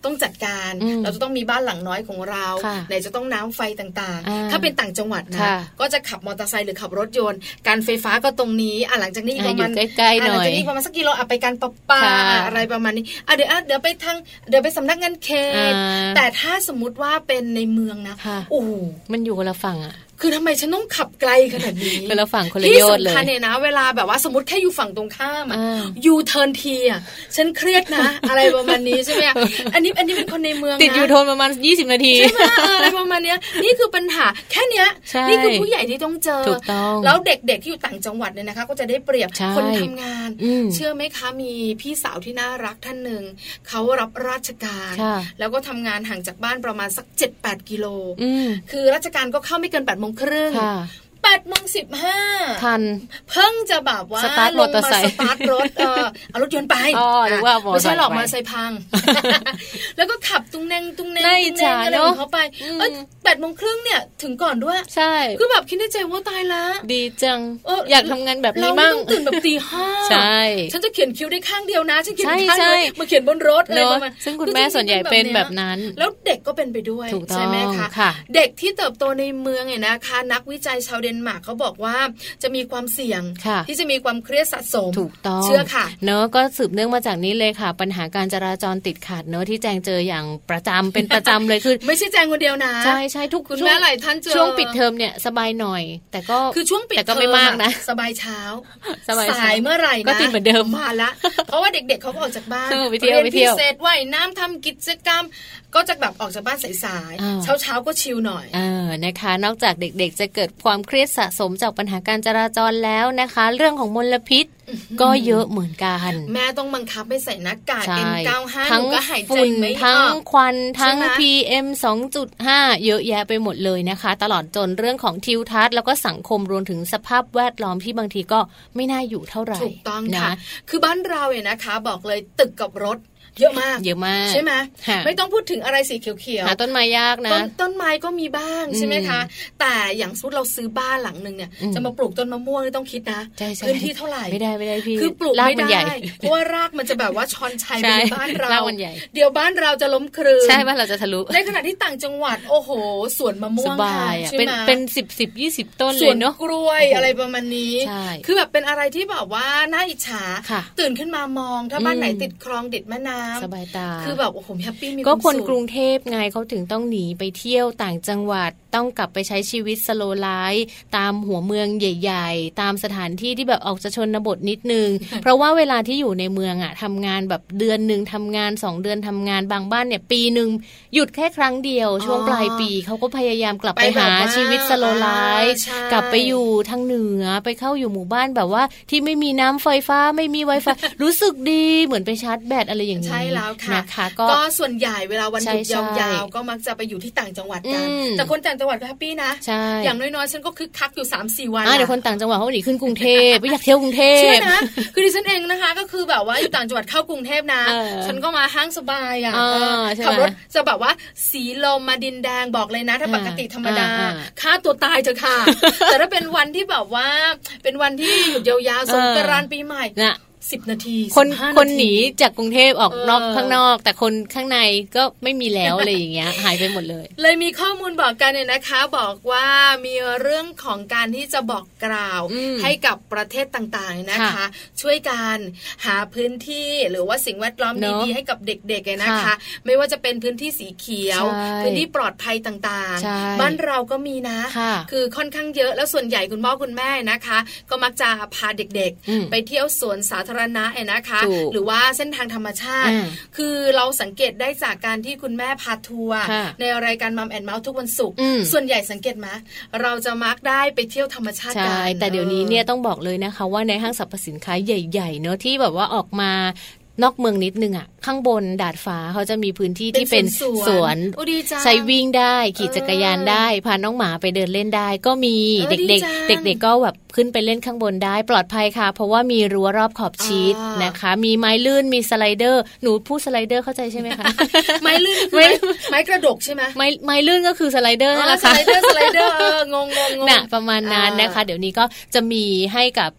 Speaker 6: ต้องจัดการ
Speaker 4: อืม
Speaker 6: เราจะต้องมีบ้านหลังน้อยของเรา
Speaker 4: ค่ะ
Speaker 6: ไหนจะต้องน้ำไฟต่าง
Speaker 4: อ่า
Speaker 6: ๆ ถ้าเป็นต่างจังหวัดนะ
Speaker 4: ค่ะ
Speaker 6: ก็จะขับมอเตอร์ไซค์หรือขับรถยนต์ การไฟฟ้าก็ตรงนี้อ่ะหลังจากนี้อีก
Speaker 4: อ่ะ
Speaker 6: ประมาณ
Speaker 4: อยู่ใกล้ๆหน่อย
Speaker 6: ะลังจากนี้ประมาณสักกิโลอ่ะไปการประปา
Speaker 4: ค่ะ
Speaker 6: อะไรประมาณนี้อ่ะเดี๋ยวอ่ะเดี๋ยวไปทางเดี๋ยวไปสำนักงานเขต
Speaker 4: อ่า
Speaker 6: แต่ถ้าสมมุติว่าเป็นในเมืองนะ
Speaker 4: ค่ะ
Speaker 6: โอ้โห
Speaker 4: มันอยู่คนละฝั่งอ่ะ
Speaker 6: คือทำไมฉันต้องขับไกลขนาดนี้
Speaker 4: คนละฝั่งคนละโยชน์เลย
Speaker 6: ที่สำคัญเนี่ยนะ เวลาแบบว่าสมมติแค่อยู่ฝั่งตรงข้ามอะ
Speaker 4: อ่า
Speaker 6: ยูเทิร์นทีอะฉันเครียดนะ อะไรประมาณนี้ใช่ไหมอะอันนี้อันนี้เป็นคนในเมืองนะ
Speaker 4: ติดอยู่โทนประมาณ 20 นาที
Speaker 6: ใช่ไหมเอออะไรประมาณเนี้ยนี่คือปัญหาแค่เนี้ย
Speaker 4: ใช่
Speaker 6: นี่คือผู้ใหญ่ที่ต้องเจอ
Speaker 4: ถูกต้อง
Speaker 6: แล้วเด็กๆที่อยู่ต่างจังหวัดเนี่ยนะคะ ก็จะได้เปรียบ
Speaker 4: ใช่
Speaker 6: คนทำงาน
Speaker 4: อืม
Speaker 6: เชื่อไหมคะมีพี่สาวที่น่ารักท่านหนึ่งเขารับราชการ
Speaker 4: ค่ะ
Speaker 6: แล้วก็ทำงานห่างจากบ้านประมาณสัก 7-8กิโล
Speaker 4: อืม
Speaker 6: คือราชการก็เข้าไม่เกิน8ปดโมงครึ่ง
Speaker 4: ค่ะ
Speaker 6: แปดโมงสิบห้า
Speaker 4: ทัน
Speaker 6: เพิ่งจะแบบว่า
Speaker 4: สตาร์ท
Speaker 6: ล
Speaker 4: มอง เตอร์
Speaker 6: มา
Speaker 4: ไซค์
Speaker 6: สตาร์ทรถเอ อเอารถยนต์ไป
Speaker 4: อ๋อหรือว่ามอเตอร์ไซค์
Speaker 6: ไม่ใช่หรอก
Speaker 4: ไป
Speaker 6: มอเตอร์ไซค์ พัง แล้วก็ขับตุ้งแนงตุ้งแนง
Speaker 4: น่าอิ
Speaker 6: ตุ้
Speaker 4: จ
Speaker 6: งแน
Speaker 4: ฉาง
Speaker 6: อะไร
Speaker 4: เน
Speaker 6: ข
Speaker 4: อะ
Speaker 6: องเขาไป
Speaker 4: อืม
Speaker 6: เออแปดโมงครึ่งเนี่ยถึงก่อนด้วย
Speaker 4: ใช่
Speaker 6: คือแบบคิดในใจว่าตายละ
Speaker 4: ดีจัง
Speaker 6: เออ
Speaker 4: อ
Speaker 6: อ
Speaker 4: ยากทำงานแบบ
Speaker 6: เรา
Speaker 4: นี้
Speaker 6: ไม่
Speaker 4: มั่ง
Speaker 6: ต้องตื่นแบบตีห้า
Speaker 4: ใช่
Speaker 6: ฉันจะเขียนคิ้วได้ข้างเดียวนะฉันเขียนอีก
Speaker 4: ใช่
Speaker 6: ข้าง
Speaker 4: ใช่
Speaker 6: เดียวมาเขียนบนรถอะไร
Speaker 4: เน
Speaker 6: ป
Speaker 4: อะ
Speaker 6: ระมาณ
Speaker 4: ซึ่งคุณแม่ส่วนใหญ่เป็นแบบ
Speaker 6: ย
Speaker 4: นั้น
Speaker 6: แล้วเด็กก็เป็นไปด้วย
Speaker 4: ถูกต้อง
Speaker 6: ใช่ไหมคะ
Speaker 4: ค่ะ
Speaker 6: เด็กที่เติบโตในเมืองเนี่ยนะคะ นักวิจัยชาวเดนมาร์กเขาบอกว่าจะมีความเสี่ยง
Speaker 4: ค่ะ
Speaker 6: ที่จะมีความเครียดสะสม
Speaker 4: ถูกต้อง
Speaker 6: เชื่อค่ะ
Speaker 4: เนอะก็สืบเนื่องมาจากนี้เลยค่ะ ปัญหาการจราจรติดขัดเนอะที่แจงเจออย่างประจำเป็นประจำเลย คือ
Speaker 6: ไม่ใช่แจงคนเดียวนะ
Speaker 4: ใช่ใช่ทุก
Speaker 6: คุณ
Speaker 4: ช่วง
Speaker 6: แม่หลายท่านเจอ
Speaker 4: ช่วงปิดเทอมเนี่ยสบายหน่อย แต่ก็
Speaker 6: คือช่วงปิด
Speaker 4: แต่ก็ไม่
Speaker 6: เทอ
Speaker 4: มากนะ
Speaker 6: อสบายเช้า
Speaker 4: สบายเช้า
Speaker 6: สายเมื่อไหร่นะ
Speaker 4: ก็ติดเหมือนเดิม
Speaker 6: มาละ เพราะว่าเด็กๆเขาก็ออกจากบ้าน
Speaker 4: เออไปเที่ยว
Speaker 6: รีน
Speaker 4: ไปเที่ยว
Speaker 6: พิเศษว่ายน้ำทำกิจกรรม ก็จะแบบออกจากบ้านสาย
Speaker 4: อ้าว
Speaker 6: ๆเช้าๆก็ชิลหน่อย
Speaker 4: เออนะคะ นอกจากเด็กๆ จะเกิดความเครียดสะสมจากปัญหาการจราจรแล้วนะคะ เรื่องของมลพิษก็เยอะเหมือนกัน
Speaker 6: แม่ต้องบังคับให้ใส่หน้ากาก
Speaker 4: ใช่
Speaker 6: N95 ห
Speaker 4: ทั้
Speaker 6: นู
Speaker 4: ง
Speaker 6: ก็หายใจ
Speaker 4: ฝุ่น
Speaker 6: ไม่
Speaker 4: ทั้
Speaker 6: อง อก
Speaker 4: ควันทั้ง
Speaker 6: ใช่ไหม
Speaker 4: PM 2.5 เยอะแยะไปหมดเลยนะคะ ตลอดจนเรื่องของทิวทัศน์แล้วก็สังคมรวมถึงสภาพแวดล้อมที่บางทีก็ไม่น่าอยู่เท่าไหร่
Speaker 6: ถูกต้อง
Speaker 4: น
Speaker 6: ค่ะ คือบ้านเราเนี่ยนะคะ บอกเลยตึกกับรถ เยอะมาก
Speaker 4: เยอะมาก
Speaker 6: ใช่ไหม
Speaker 4: ค่ะ
Speaker 6: ไม่ต้องพูดถึงอะไรสีเขียว
Speaker 4: หา
Speaker 6: ๆ
Speaker 4: ต้นไม้ยากนะ
Speaker 6: ต้นต้นไม้ก็มีบ้าง
Speaker 4: อืม
Speaker 6: ใช่ไหมคะ แต่อย่างสมมุดเราซื้อบ้านหลังหนึ่งเนี่ย
Speaker 4: อืม
Speaker 6: จะมาปลูกต้นมะม่วงนี่ต้องคิดนะ
Speaker 4: ใช่ใช่
Speaker 6: พื้นที่เท่าไหร่
Speaker 4: ไม่ได้ไม่ได้พี่
Speaker 6: คือปลูก
Speaker 4: ราก
Speaker 6: ไม่
Speaker 4: มัน
Speaker 6: ได้
Speaker 4: ใหญ่
Speaker 6: เพราะว่ารากมันจะแบบว่าชอนชัย
Speaker 4: ใช่
Speaker 6: ไปในบ้านเรา
Speaker 4: รากมันใหญ่
Speaker 6: เดี๋ยวบ้านเราจะล้มคลืน
Speaker 4: ใช่ว่าเราจะทะลุ
Speaker 6: ในขณะที่ต่างจังหวัดโอ้โหสวนมะม่
Speaker 4: ส
Speaker 6: วง
Speaker 4: บา
Speaker 6: ค่ะ
Speaker 4: ยอะ
Speaker 6: ใช่
Speaker 4: เป็น
Speaker 6: ไหม
Speaker 4: เป็นสิบสิบยี่สิบต้นเล
Speaker 6: สวย น
Speaker 4: เนาะ
Speaker 6: กล้วย
Speaker 4: โอ้โห
Speaker 6: อะไรประมาณนี้
Speaker 4: ใช่
Speaker 6: คือแบบเป็นอะไรที่แบบว่าน่าอิจฉา
Speaker 4: ค่ะ
Speaker 6: ตื่นขึ้นมามอง ถ้า
Speaker 4: อืม
Speaker 6: บ้านไหนติดคลองติดแม่น้ำ
Speaker 4: สบายตา
Speaker 6: คือแบบโอ้โหแฮปปี้มี
Speaker 4: ก็คน
Speaker 6: วามสุข
Speaker 4: กรุงเทพไงเขาถึงต้องหนีไปเที่ยวต่างจังหวัดต้องกลับไปใช้ชีวิตสโลไลฟ์ตามหัวเมืองใหญ่ ๆ ตามสถานที่ที่แบบออกจะชนบทนิดนึง เพราะว่าเวลาที่อยู่ในเมืองอะทำงานแบบเดือนหนึ่งทำงาน 2 เดือนทำงานบางบ้านเนี่ยปีหนึ่งหยุดแค่ครั้งเดียว ช่วง
Speaker 6: อ๋อ
Speaker 4: ปลายปีเขาก็พยายามกลับไป
Speaker 6: ไปแบบ
Speaker 4: หา
Speaker 6: ว่า
Speaker 4: ชีวิตสโลไลฟ์
Speaker 6: ใช่
Speaker 4: กลับไปอยู่ทางเหนือไปเข้าอยู่หมู่บ้านแบบว่า ที่ไม่มีน้ำไฟฟ้าไม่มี Wi-Fi รู้สึกดีเหมือนไปชาร์จแบตอะไรอย่างนี้
Speaker 6: ใช่แล้วค่ะ
Speaker 4: นะคะก็
Speaker 6: ก็ส่วนใหญ่เวลาวันหยุด
Speaker 4: ใช่
Speaker 6: ย
Speaker 4: ใช่
Speaker 6: าวๆก็มักจะไปอยู่ที่ต่างจังหวัดกัน
Speaker 4: อืม
Speaker 6: แต่คนต่างจังหวัดก็แฮปปี้นะ
Speaker 4: ใช่
Speaker 6: อย่างน้อยๆ ฉันก็คึกคักอยู่3ามสี่วัน
Speaker 4: อ่ะเดี๋ยว
Speaker 6: อะ
Speaker 4: คนต่างจังหวัดเขาหนีขึ้นกรุงเทพไม่อยากเที่ยวกรุงเทพ
Speaker 6: เชื่อนะ คือดิฉันเองนะคะ ก็คือแบบว่าอยู่ต่างจังหวัดเข้ากรุงเทพนะ
Speaker 4: เออ
Speaker 6: ฉันก็มาห้างสบายอ่ะ
Speaker 4: อ่า
Speaker 6: เออ
Speaker 4: ใช่ไหม
Speaker 6: ขับรถจะแบบว่าสีลมมาดินแดงบอกเลยนะ ถ้าปกติธรรมดา
Speaker 4: อ่าอ่า
Speaker 6: ค่าตัวตายเถอะ ค่ะ แต่ถ้าเป็นวันที่แบบว่า เป็นวันที่หยุดยาวๆสงกรานต์ปีใหม่
Speaker 4: น่ะ
Speaker 6: สิบนาที
Speaker 4: คน
Speaker 6: สิบาาที
Speaker 4: คนหนีจากกรุงเทพออก
Speaker 6: เออ
Speaker 4: นอกข้างนอก แต่คนข้างในก็ไม่มีแล้ว อะไรอย่างเงี้ย หายไปหมดเลย
Speaker 6: เลยมีข้อมูลบอกกันเนี่ยนะคะ บอกว่ามีเรื่องของการที่จะบอกกล่าว
Speaker 4: อืม
Speaker 6: ให้กับประเทศต่างๆเนี่ยนะคะ
Speaker 4: ค่ะ
Speaker 6: ช่วยกันหาพื้นที่หรือว่าสิ่งแวดล้อม
Speaker 4: เนอะ
Speaker 6: ดีๆให้กับเด็กๆเนี่ยนะคะ
Speaker 4: ค่ะ
Speaker 6: ไม่ว่าจะเป็นพื้นที่สีเขียว
Speaker 4: ใช่
Speaker 6: พื้นที่ปลอดภัยต่าง
Speaker 4: ใช่
Speaker 6: ๆ บ้านเราก็มีนะ
Speaker 4: ค่ะ
Speaker 6: คือค่อนข้างเยอะแล้วส่วนใหญ่คุณพ่อคุณแม่นะคะ ก็มักจะพาเด็ก
Speaker 4: อืม
Speaker 6: ๆ ไปเที่ยวสวนสาธารณะเนี่ยนะคะ
Speaker 4: ถูก
Speaker 6: หรือว่าเส้นทางธรรมชาติ
Speaker 4: อ่า
Speaker 6: คือเราสังเกตได้จากการที่คุณแม่พาทัวร์
Speaker 4: ค่ะ
Speaker 6: ในรายการมัมแอนเมาส์ทุกวันศุกร์
Speaker 4: อืม
Speaker 6: ส่วนใหญ่สังเกตไหมเราจะมักได้ไปเที่ยวธรรมชาติ
Speaker 4: ใช่
Speaker 6: กัน
Speaker 4: แต่เดี๋ยวนี้เนี่ยต้องบอกเลยนะคะ ว่าในห้างสรรพสินค้าใหญ่ ๆ เนอะที่แบบว่าออกมานอกเมืองนิดนึงอ่ะ ข้างบนดาดฟ้าเขาจะมีพื้นที่ที่เป็นสวน
Speaker 6: โอ้ดีจัง
Speaker 4: ใช้วิ่งได้ขี่จักรยานได้ พาน้องหมาไปเดินเล่นได้ ก็มี
Speaker 6: เออ
Speaker 4: เด็ก
Speaker 6: ดีจัง
Speaker 4: ๆ เด็ก ๆ ก็แบบขึ้นไปเล่นข้างบนได้ ปลอดภัยค่ะ เพราะว่ามีรั้วรอบขอบชิด
Speaker 6: อ่าน
Speaker 4: นะคะ มีไม้ลื่นมีสไลเดอร์ หนูพูดสไลเดอร์เข้าใจใช่ไหม คะ
Speaker 6: ไม้ลื่นคือ
Speaker 4: ไม้
Speaker 6: ไม้ไม้กระดกใช่ไหม
Speaker 4: ไม้ไม้ลื่นก็คือสไลเดอร์นั่นแห
Speaker 6: อ๋อ
Speaker 4: ละ
Speaker 6: ส
Speaker 4: ค่ะ
Speaker 6: ไลเดอร์สไลเดอร์เอองงงงง
Speaker 4: น่ะประมาณนั้นนะคะ
Speaker 6: อ่า
Speaker 4: เดี๋ยวนี้ก็จะมีให้กับ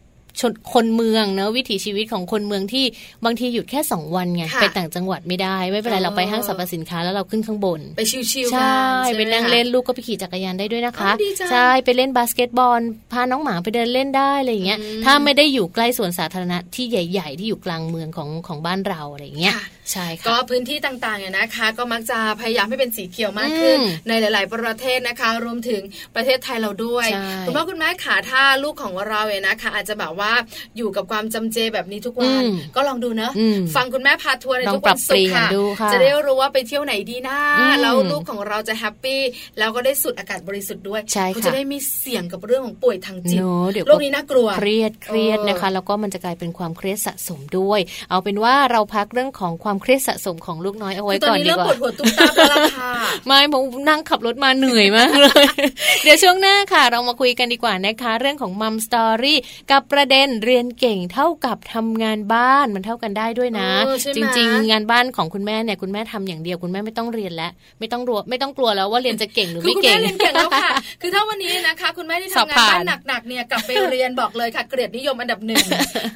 Speaker 4: ชนคนเมืองเนอะวิถีชีวิตของคนเมืองที่บางทีหยุดแค่สองวันไง
Speaker 6: ค่ะ
Speaker 4: ไปต่างจังหวัดไม่ได้ไม่เป็นไร
Speaker 6: อ๋อ
Speaker 4: เราไปห้างสรรพสินค้าแล้วเราขึ้นข้างบน
Speaker 6: ไปชิวๆ
Speaker 4: ใช่
Speaker 6: กั
Speaker 4: ไป
Speaker 6: ใช่หม
Speaker 4: นั่ง
Speaker 6: คะ
Speaker 4: เล่นลูกก็ไปขี่จักรยานได้ด้วยนะคะ
Speaker 6: อ๋อดีจัง
Speaker 4: ใช่ไปเล่นบาสเกตบอล พาน้องหมาไปเดินเล่นได้อะไรอย่างเงี้ย
Speaker 6: อืม
Speaker 4: ถ้าไม่ได้อยู่ใกล้สวนสาธารณะที่ใหญ่ ๆ ที่อยู่กลางเมืองของของบ้านเราอะไรอย่างเงี้ย
Speaker 6: ค่ะ
Speaker 4: ใช่
Speaker 6: ก็
Speaker 4: ค่ะ
Speaker 6: พื้นที่ต่างๆเนี่ยนะคะ ก็มักจะพยายามให้เป็นสีเขียวมากขึ้น
Speaker 4: อืม
Speaker 6: ในหลาย ๆ ประเทศนะคะ รวมถึงประเทศไทยเราด้วย
Speaker 4: ใช่
Speaker 6: คุณพ่อคุณแม่ขาถ้าลูกของเราเนี่ยนะคะ อาจจะแบบว่าอยู่กับความจำเจแบบนี้ทุกวัน
Speaker 4: อืม
Speaker 6: ก็ลองดูเนอะ
Speaker 4: อืม
Speaker 6: ฟังคุณแม่พาทัวร์ใน
Speaker 4: ลอง
Speaker 6: ทุกวัน
Speaker 4: ปรับเป
Speaker 6: ศุกร์
Speaker 4: ลี่ยนดูค่ะ
Speaker 6: จะได้รู้ว่าไปเที่ยวไหนดีนะ
Speaker 4: อืม
Speaker 6: แล้วลูกของเราจะแฮปปี้แล้วก็ได้สูดอากาศบริสุทธิ์ด้วย
Speaker 4: ใช่
Speaker 6: เขา
Speaker 4: ค่ะ
Speaker 6: จะได้ไม่เสี่ยงกับเรื่องของป่วยทางจิต
Speaker 4: เนอะเดี๋ยว
Speaker 6: โรคนี้น่ากลัว
Speaker 4: เครียดเครียด
Speaker 6: เออ
Speaker 4: นะคะ แล้วก็มันจะกลายเป็นความเครียดสะสมด้วย เอาเป็นว่าเราพักเรื่องของความเครียดสะสมของลูกน้อยเอาไว้
Speaker 6: ตอน
Speaker 4: ก่อน
Speaker 6: นี้
Speaker 4: ดี
Speaker 6: เริ่ม
Speaker 4: กว่า
Speaker 6: ปวดหัวตุ้มตามแล้วล่ะค่ะ
Speaker 4: ไม่ผมนั่งขับรถมาเหนื่อยมากเลย เดี๋ยวช่วงหน้าค่ะ เรามาคุยกันดีกว่านะคะ เรื่องของมัมสตอรี่กับประเด็นเรียนเก่งเท่ากับทำงานบ้านมันเท่ากันได้ด้วยนะ
Speaker 6: เออใช่ไหม
Speaker 4: จริง ๆ งานบ้านของคุณแม่เนี่ยคุณแม่ทำอย่างเดียวคุณแม่ไม่ต้องเรียนแล้วไม่ต้องรัวไม่ต้องกลัวแล้วว่าเรียนจะเก่งหรือ
Speaker 6: คือ
Speaker 4: ไม่
Speaker 6: คุณ
Speaker 4: เก่ ง
Speaker 6: แม่เรียนเก่งแล้วค่ะ คือถ้าวันนี้นะคะ คุณแม่ที่
Speaker 4: สอบ
Speaker 6: ทำงาน
Speaker 4: ผ่าน
Speaker 6: บ้านหนักๆเนี่ยกลับไปเรียนบอกเลยค่ะเกรดนิยมอันดับหนึ่ ง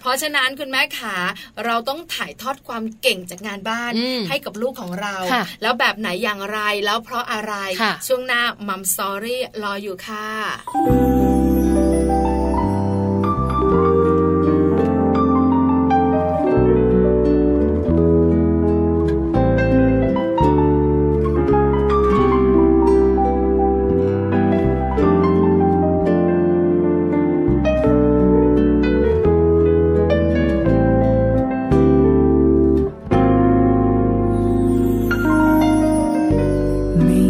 Speaker 6: เพราะฉะนั้นคุณแม่ขาเราต้องถ่ายทอดความเก่งจากงานบ้าน
Speaker 4: อืม
Speaker 6: ให้กับลูกของเรา
Speaker 4: ค่ะ
Speaker 6: แล้วแบบไหนอย่างไรแล้วเพราะอะไร
Speaker 4: ค่ะ
Speaker 6: ช่วงหน้ามัมสอรี่รออยู่ค่ะ
Speaker 2: มี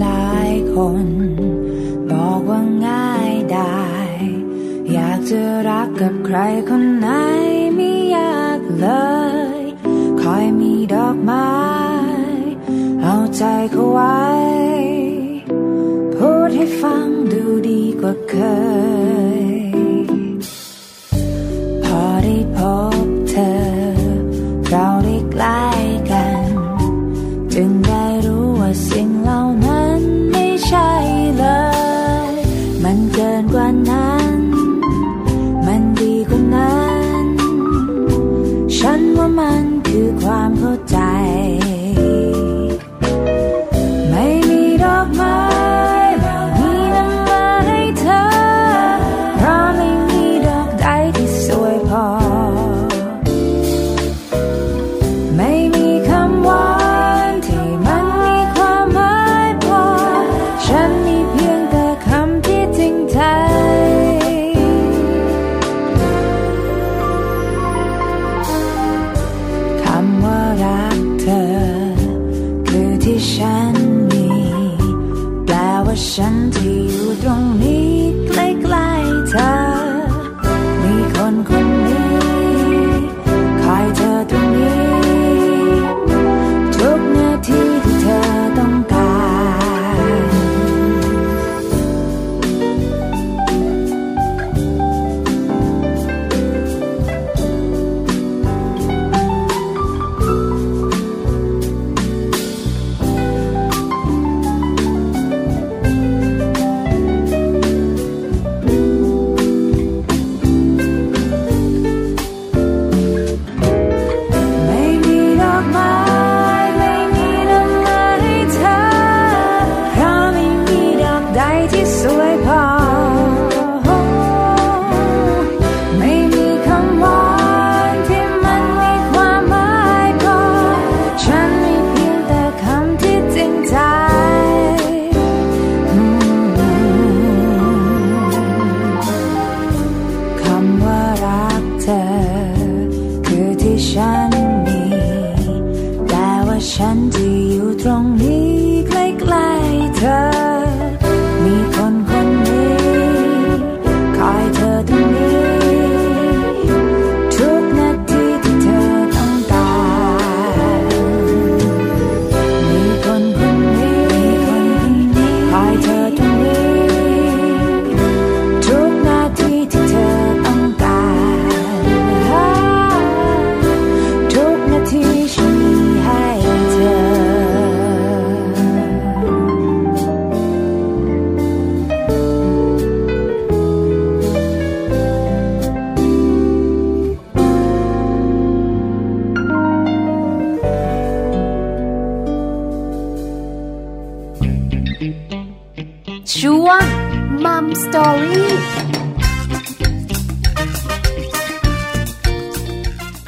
Speaker 2: หลายๆคน บอกว่าง่ายได้ อยากจะรักกับใครคนไหนไม่ยากเลย คอยมีดอกไม้ เอาใจเขาไว้ พูดให้ฟังดูดีกว่าเคย พอได้พบเธอ เราได้ใกล้กัน จึงได้รู้ว่าสิ่งเหล่านั้นไม่ใช่เลย มันเกินกว่านั้น มันดีกว่านั้น ฉันว่ามันคือความเข้าใจ ไม่มีดอกไม้เรามีนำมาให้เธอ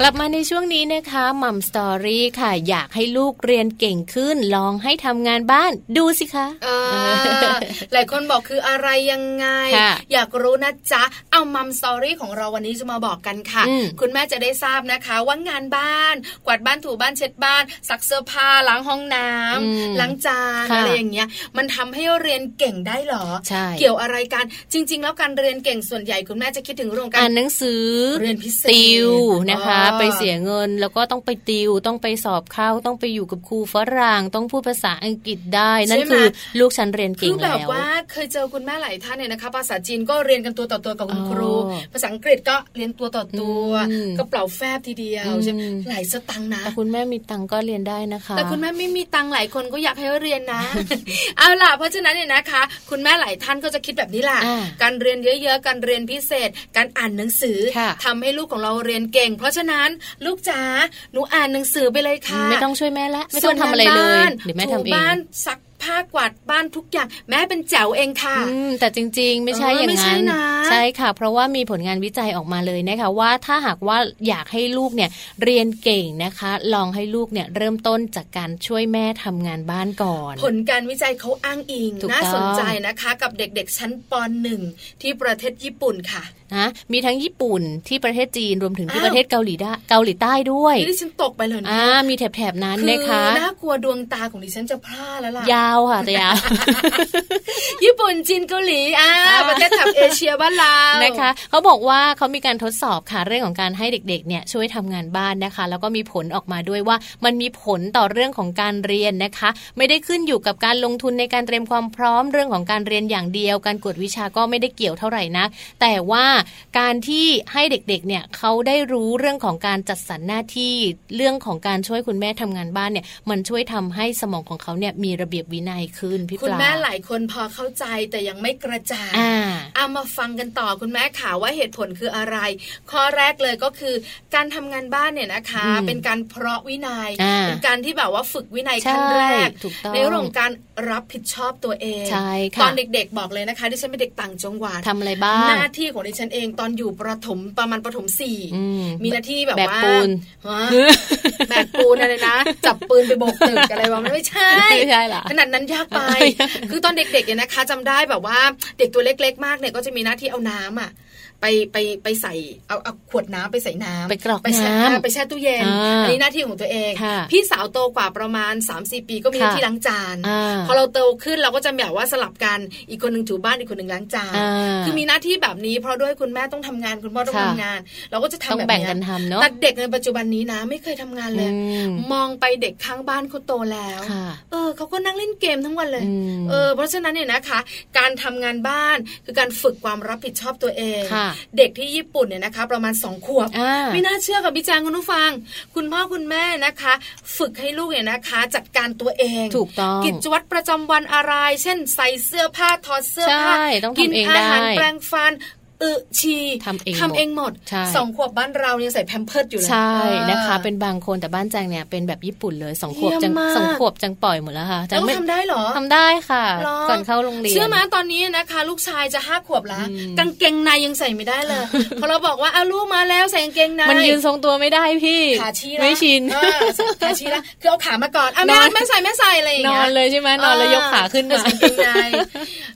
Speaker 4: ลับมาในช่วงนี้นะคะมัมสตอรี่ค่ะ อยากให้ลูกเรียนเก่งขึ้น ลองให้ทำงานบ้านดูสิคะ
Speaker 6: เอ อหลายคนบอกคืออะไรยังไง
Speaker 4: ค่ะ
Speaker 6: อยากรู้นะจ๊ะ เอามัมสตอรี่ของเราวันนี้จะมาบอกกันค่ะ
Speaker 4: อืม
Speaker 6: คุณแม่จะได้ทราบนะคะว่างานบ้าน กวาดบ้านถูบ้านเช็ดบ้านซักเสื้อผ้าล้างห้องน้ำ
Speaker 4: อืม
Speaker 6: ล้างจาน
Speaker 4: ค่ะ
Speaker 6: อะไรอย่างเงี้ย มันทำให้เรียนเก่งได้เหรอ
Speaker 4: ใช่
Speaker 6: เกี่ยวอะไรกันจริง ๆ แล้วการเรียนเก่งส่วนใหญ่คุณแม่จะคิดถึงเรื่องกา
Speaker 4: อ่าร นหนังสือ
Speaker 6: เรียนพิเศษ
Speaker 4: ติวนะคะ
Speaker 6: อ๋อ
Speaker 4: ไปเสียเงินแล้วก็ต้องไปติวต้องไปสอบเข้าต้องไปอยู่กับครูฝรั่งต้องพูดภาษาอังกฤษได้นั่นคือลูกฉันเรียน
Speaker 6: คื
Speaker 4: เก่ง
Speaker 6: แบ
Speaker 4: แล้
Speaker 6: บ
Speaker 4: ว
Speaker 6: ว่าเคยเจอคุณแม่หลายท่านเนี่ยนะคะ ภาษาจีนก็เรียนกันตัวต่อตัวกับคุณ
Speaker 4: อ๋อ
Speaker 6: ครู ภาษาอังกฤษก็เรียนตัวต่อตัว
Speaker 4: อืม
Speaker 6: กระเป๋าแฟบทีเดียว
Speaker 4: อืม
Speaker 6: ใช่ไหมหลายสตังค์นะ
Speaker 4: แต่คุณแม่มีตังค์ก็เรียนได้นะคะ
Speaker 6: แต่คุณแม่ไม่มีตังค์หลายคนก็อยากให้เรียนนะ เอาล่ะเพราะฉะนั้นเนี่ยนะคะ คุณแม่หลายท่านก็จะคิดแบบนี้ล่ะ
Speaker 4: อ่า
Speaker 6: การเรียนเยอะๆ การเรียนพิเศษ การอ่านหนังสือ
Speaker 4: ค่ะ
Speaker 6: ทำให้ลูกของเราเรียนเก่ง เพราะฉะนั้นลูกจ๋าหนูอ่านหนังสือไปเลยค่ะ
Speaker 4: ไม่ต้องช่วยแม่ละไม่ต้องทำอะไรเลยเดี๋ยวแม่ทำเอ
Speaker 6: ถูบ้าน
Speaker 4: ง
Speaker 6: ซักผ้ากวาดบ้านทุกอย่าง แม่เป็นแจ๋วเองค่ะ
Speaker 4: อืมแต่จริงๆ ไม่ใช่
Speaker 6: เออ
Speaker 4: อ
Speaker 6: อย่าง
Speaker 4: นั้น
Speaker 6: ไม่ใช่นะ
Speaker 4: ใช่ค่ะ เพราะว่ามีผลงานวิจัยออกมาเลยนะคะ ว่าถ้าหากว่าอยากให้ลูกเนี่ยเรียนเก่งนะคะ ลองให้ลูกเนี่ยเริ่มต้นจากการช่วยแม่ทำงานบ้านก่อน
Speaker 6: ผลการวิจัยเขาอ้างอิง
Speaker 4: ถูก
Speaker 6: น่าส
Speaker 4: ต้
Speaker 6: น
Speaker 4: อง
Speaker 6: ใจนะคะ กับเด็กๆชั้นปหนึ่งที่ประเทศญี่ปุ่นค่ะ
Speaker 4: นะมีทั้งญี่ปุ่นที่ประเทศจีนรวมถึงที่
Speaker 6: อ้าว
Speaker 4: ประเทศเกาหลีได้เกาหลีใต้ด้วย
Speaker 6: นี่ดิฉันตกไปเลยนะ
Speaker 4: อ่ามีแถบๆนั้น
Speaker 6: คือ
Speaker 4: นะคะ
Speaker 6: น่ากลัวดวงตาของดิฉันจะพร่าแล้วล่ะ
Speaker 4: ยาวค่ะแต่ยาว
Speaker 6: ญี่ปุ่นจีนเกาหลีอ่า
Speaker 4: อ่า
Speaker 6: ประเทศแถบเอเชียบ้านเราน
Speaker 4: นะคะเขาบอกว่าเขามีการทดสอบค่ะเรื่องของการให้เด็กๆเนี่ยช่วยทำงานบ้านนะคะ แล้วก็มีผลออกมาด้วยว่ามันมีผลต่อเรื่องของการเรียนนะคะ ไม่ได้ขึ้นอยู่กับการลงทุนในการเตรียมความพร้อมเรื่องของการเรียนอย่างเดียว การกวดวิชาก็ไม่ได้เกี่ยวเท่าไหร่นะ แต่ว่าการที่ให้เด็กๆเนี่ยเขาได้รู้เรื่องของการจัดสรรหน้าที่เรื่องของการช่วยคุณแม่ทำงานบ้านเนี่ยมันช่วยทำให้สมองของเขาเนี่ยมีระเบียบวินัยขึ้นพี่ปลา
Speaker 6: คุณแม่หลายคนพอเข้าใจแต่ยังไม่กระจาย
Speaker 4: อ่า
Speaker 6: เอามาฟังกันต่อคุณแม่ข่าวว่าเหตุผลคืออะไร ข้อแรกเลยก็คือ การทำงานบ้านเนี่ยนะคะ
Speaker 4: อืม
Speaker 6: เป็นการเพราะวินยัย
Speaker 4: อ่า
Speaker 6: เป็นการที่แบบว่าฝึกวินัย
Speaker 4: ใช่
Speaker 6: ขั้นแรก
Speaker 4: ถูกต้อง
Speaker 6: ในเรื่องของการรับผิดชอบตัวเอง
Speaker 4: ใช่ค่ะ
Speaker 6: ตอนเด็กๆบอกเลยนะคะดิฉันเป็นเด็กต่างจังหวัด
Speaker 4: ทำอะไรบ้าง
Speaker 6: หน้าที่ของดิฉันเองตอนอยู่ประถมประมาณประถมสี่
Speaker 4: อืม
Speaker 6: มีหน้าที่แบบ
Speaker 4: แบก
Speaker 6: ว่า
Speaker 4: ปูน
Speaker 6: ฮะแบกปูนอะไรนะ จับปืนไปโบกตึกอะไรวะมันไม่ใช่
Speaker 4: ไม่ใช่เหรอ
Speaker 6: ขนาดนั้นยากไป
Speaker 4: เออ
Speaker 6: คือตอนเด็กๆเนี่ยนะคะจำได้แบบว่าเด็กตัวเล็กๆ มากเนี่ยก็จะมีหน้าที่เอาน้ำอ่ะไปไปไปใส่เอาเอาขวดน้ำไปใส่น้ำ
Speaker 4: ไปกรอก
Speaker 6: แช่
Speaker 4: น้ำ
Speaker 6: ไปแช่ตู้เย็น
Speaker 4: อ่า
Speaker 6: อันนี้หน้าที่ของตัวเอง
Speaker 4: ค่ะ
Speaker 6: พี่สาวโตกว่าประมาณ 3-4 ปีก็มีหน้าที่
Speaker 4: ค่ะ
Speaker 6: ล้างจาน
Speaker 4: อ่า
Speaker 6: พอเราโตขึ้นเราก็จะแบบว่าสลับกันอีกคนหนึ่งถูบ้านอีกคนหนึ่งล้างจาน
Speaker 4: อ่า
Speaker 6: คือมีหน้าที่แบบนี้เพราะด้วยคุณแม่ต้องทำงานคุณพ่อต้อง
Speaker 4: ค่ะ
Speaker 6: ทำงาน เราก็จะ
Speaker 4: ต้อง
Speaker 6: ทำแบบ
Speaker 4: แบ่ง
Speaker 6: เนี้ย
Speaker 4: กันทำเนอะ
Speaker 6: แต่เด็กในปัจจุบันนี้นะ ไม่เคยทำงานเลย
Speaker 4: อืม
Speaker 6: มองไปเด็กข้างบ้านเขาโตแล้ว
Speaker 4: ค่ะ
Speaker 6: เออเขาก็นั่งเล่นเกมทั้งวันเลย
Speaker 4: อืม
Speaker 6: เออ เพราะฉะนั้นเนี่ยนะคะ การทำงานบ้านคือการฝึกความรับผิดชอบตัวเอง
Speaker 4: ค่ะ
Speaker 6: เด็กที่ญี่ปุ่นเนี่ยนะคะ ประมาณสองขวบ
Speaker 4: อ่า
Speaker 6: ไม่น่าเชื่อกับพี่จางคุณผู้ฟัง คุณพ่อคุณแม่นะคะ ฝึกให้ลูกเนี่ยนะคะ จัดการตัวเอง
Speaker 4: ถูกต้อง
Speaker 6: กิจวัตรประจำวันอะไร เช่น ใส่เสื้อผ้าถอดเสื้อผ้า
Speaker 4: ใช่ต้องทำ
Speaker 6: กิ
Speaker 4: เอง
Speaker 6: อาหาร
Speaker 4: ได้
Speaker 6: แปรงฟันอึชี
Speaker 4: ทำเอง
Speaker 6: หมด
Speaker 4: ใช่
Speaker 6: สองขวบบ้านเราเนี่ยใส่แพมเพิร์ดอยู่เลย
Speaker 4: ใช่
Speaker 6: อ่า
Speaker 4: นะคะ เป็นบางคนแต่บ้านแจงเนี่ยเป็นแบบญี่ปุ่นเลยสองขวบ
Speaker 6: เยี่ยม
Speaker 4: จัง
Speaker 6: มาก
Speaker 4: สองขวบจังปล่อยหมดแล้วค่ะจั
Speaker 6: แล้วก็
Speaker 4: ไม่
Speaker 6: ทำได้เหรอ
Speaker 4: ทำได้ค่ะ
Speaker 6: หร
Speaker 4: ก่อนเข้าโรงเรียน
Speaker 6: เชื่อไหมาตอนนี้นะคะ ลูกชายจะห้าขวบแล้ว
Speaker 4: อืม
Speaker 6: กางเกงในยังใส่ไม่ได้เลย เพราะเราบอกว่าเอาลูกมาแล้วใส่กางเกงใน
Speaker 4: มันยืนทรงตัวไม่ได้พี่
Speaker 6: ขาชี้ละ
Speaker 4: ไม่ชิน
Speaker 6: เออขาชี้ละคือเอาขามาก่อนอ่ะ
Speaker 4: น
Speaker 6: แม่
Speaker 4: อน
Speaker 6: แม่ใส่แม่ใส่อะไรอย่าง
Speaker 4: นอ
Speaker 6: เงี้ย
Speaker 4: นเลยใช่ไหมนอนแล้วยกขาขึ้นมา
Speaker 6: ใส่กางเกงใน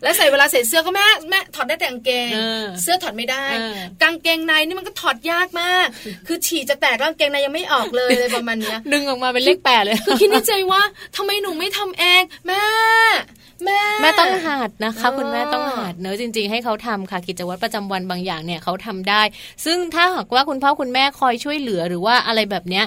Speaker 6: แล้วใส่เวลาใส่เสื้อก็แม่แม่ถอดได้แต่กางเกง
Speaker 4: เออ
Speaker 6: เสื้อถอดไม่ได้
Speaker 4: เออ
Speaker 6: กางเกงในนี่มันก็ถอดยากมาก คือฉี่จะแตกแล้วกางเกงในยังไม่ออก เลยอะไรประมาณเนี้ย
Speaker 4: ดึงออกมาเป็นเลขแปดเลย
Speaker 6: คือคิดในใจว่าทำไมหนูไม่ทำเองแม่ แม่
Speaker 4: แม่ต้องหัดนะคะ
Speaker 6: เออ
Speaker 4: คุณแม่ต้องหัดเนอะจริง ๆ ให้เขาทำค่ะกิจวัตรประจำวันบางอย่างเนี่ยเขาทำได้ ซึ่งถ้าหากว่าคุณพ่อคุณแม่คอยช่วยเหลือหรือว่าอะไรแบบเนี้ย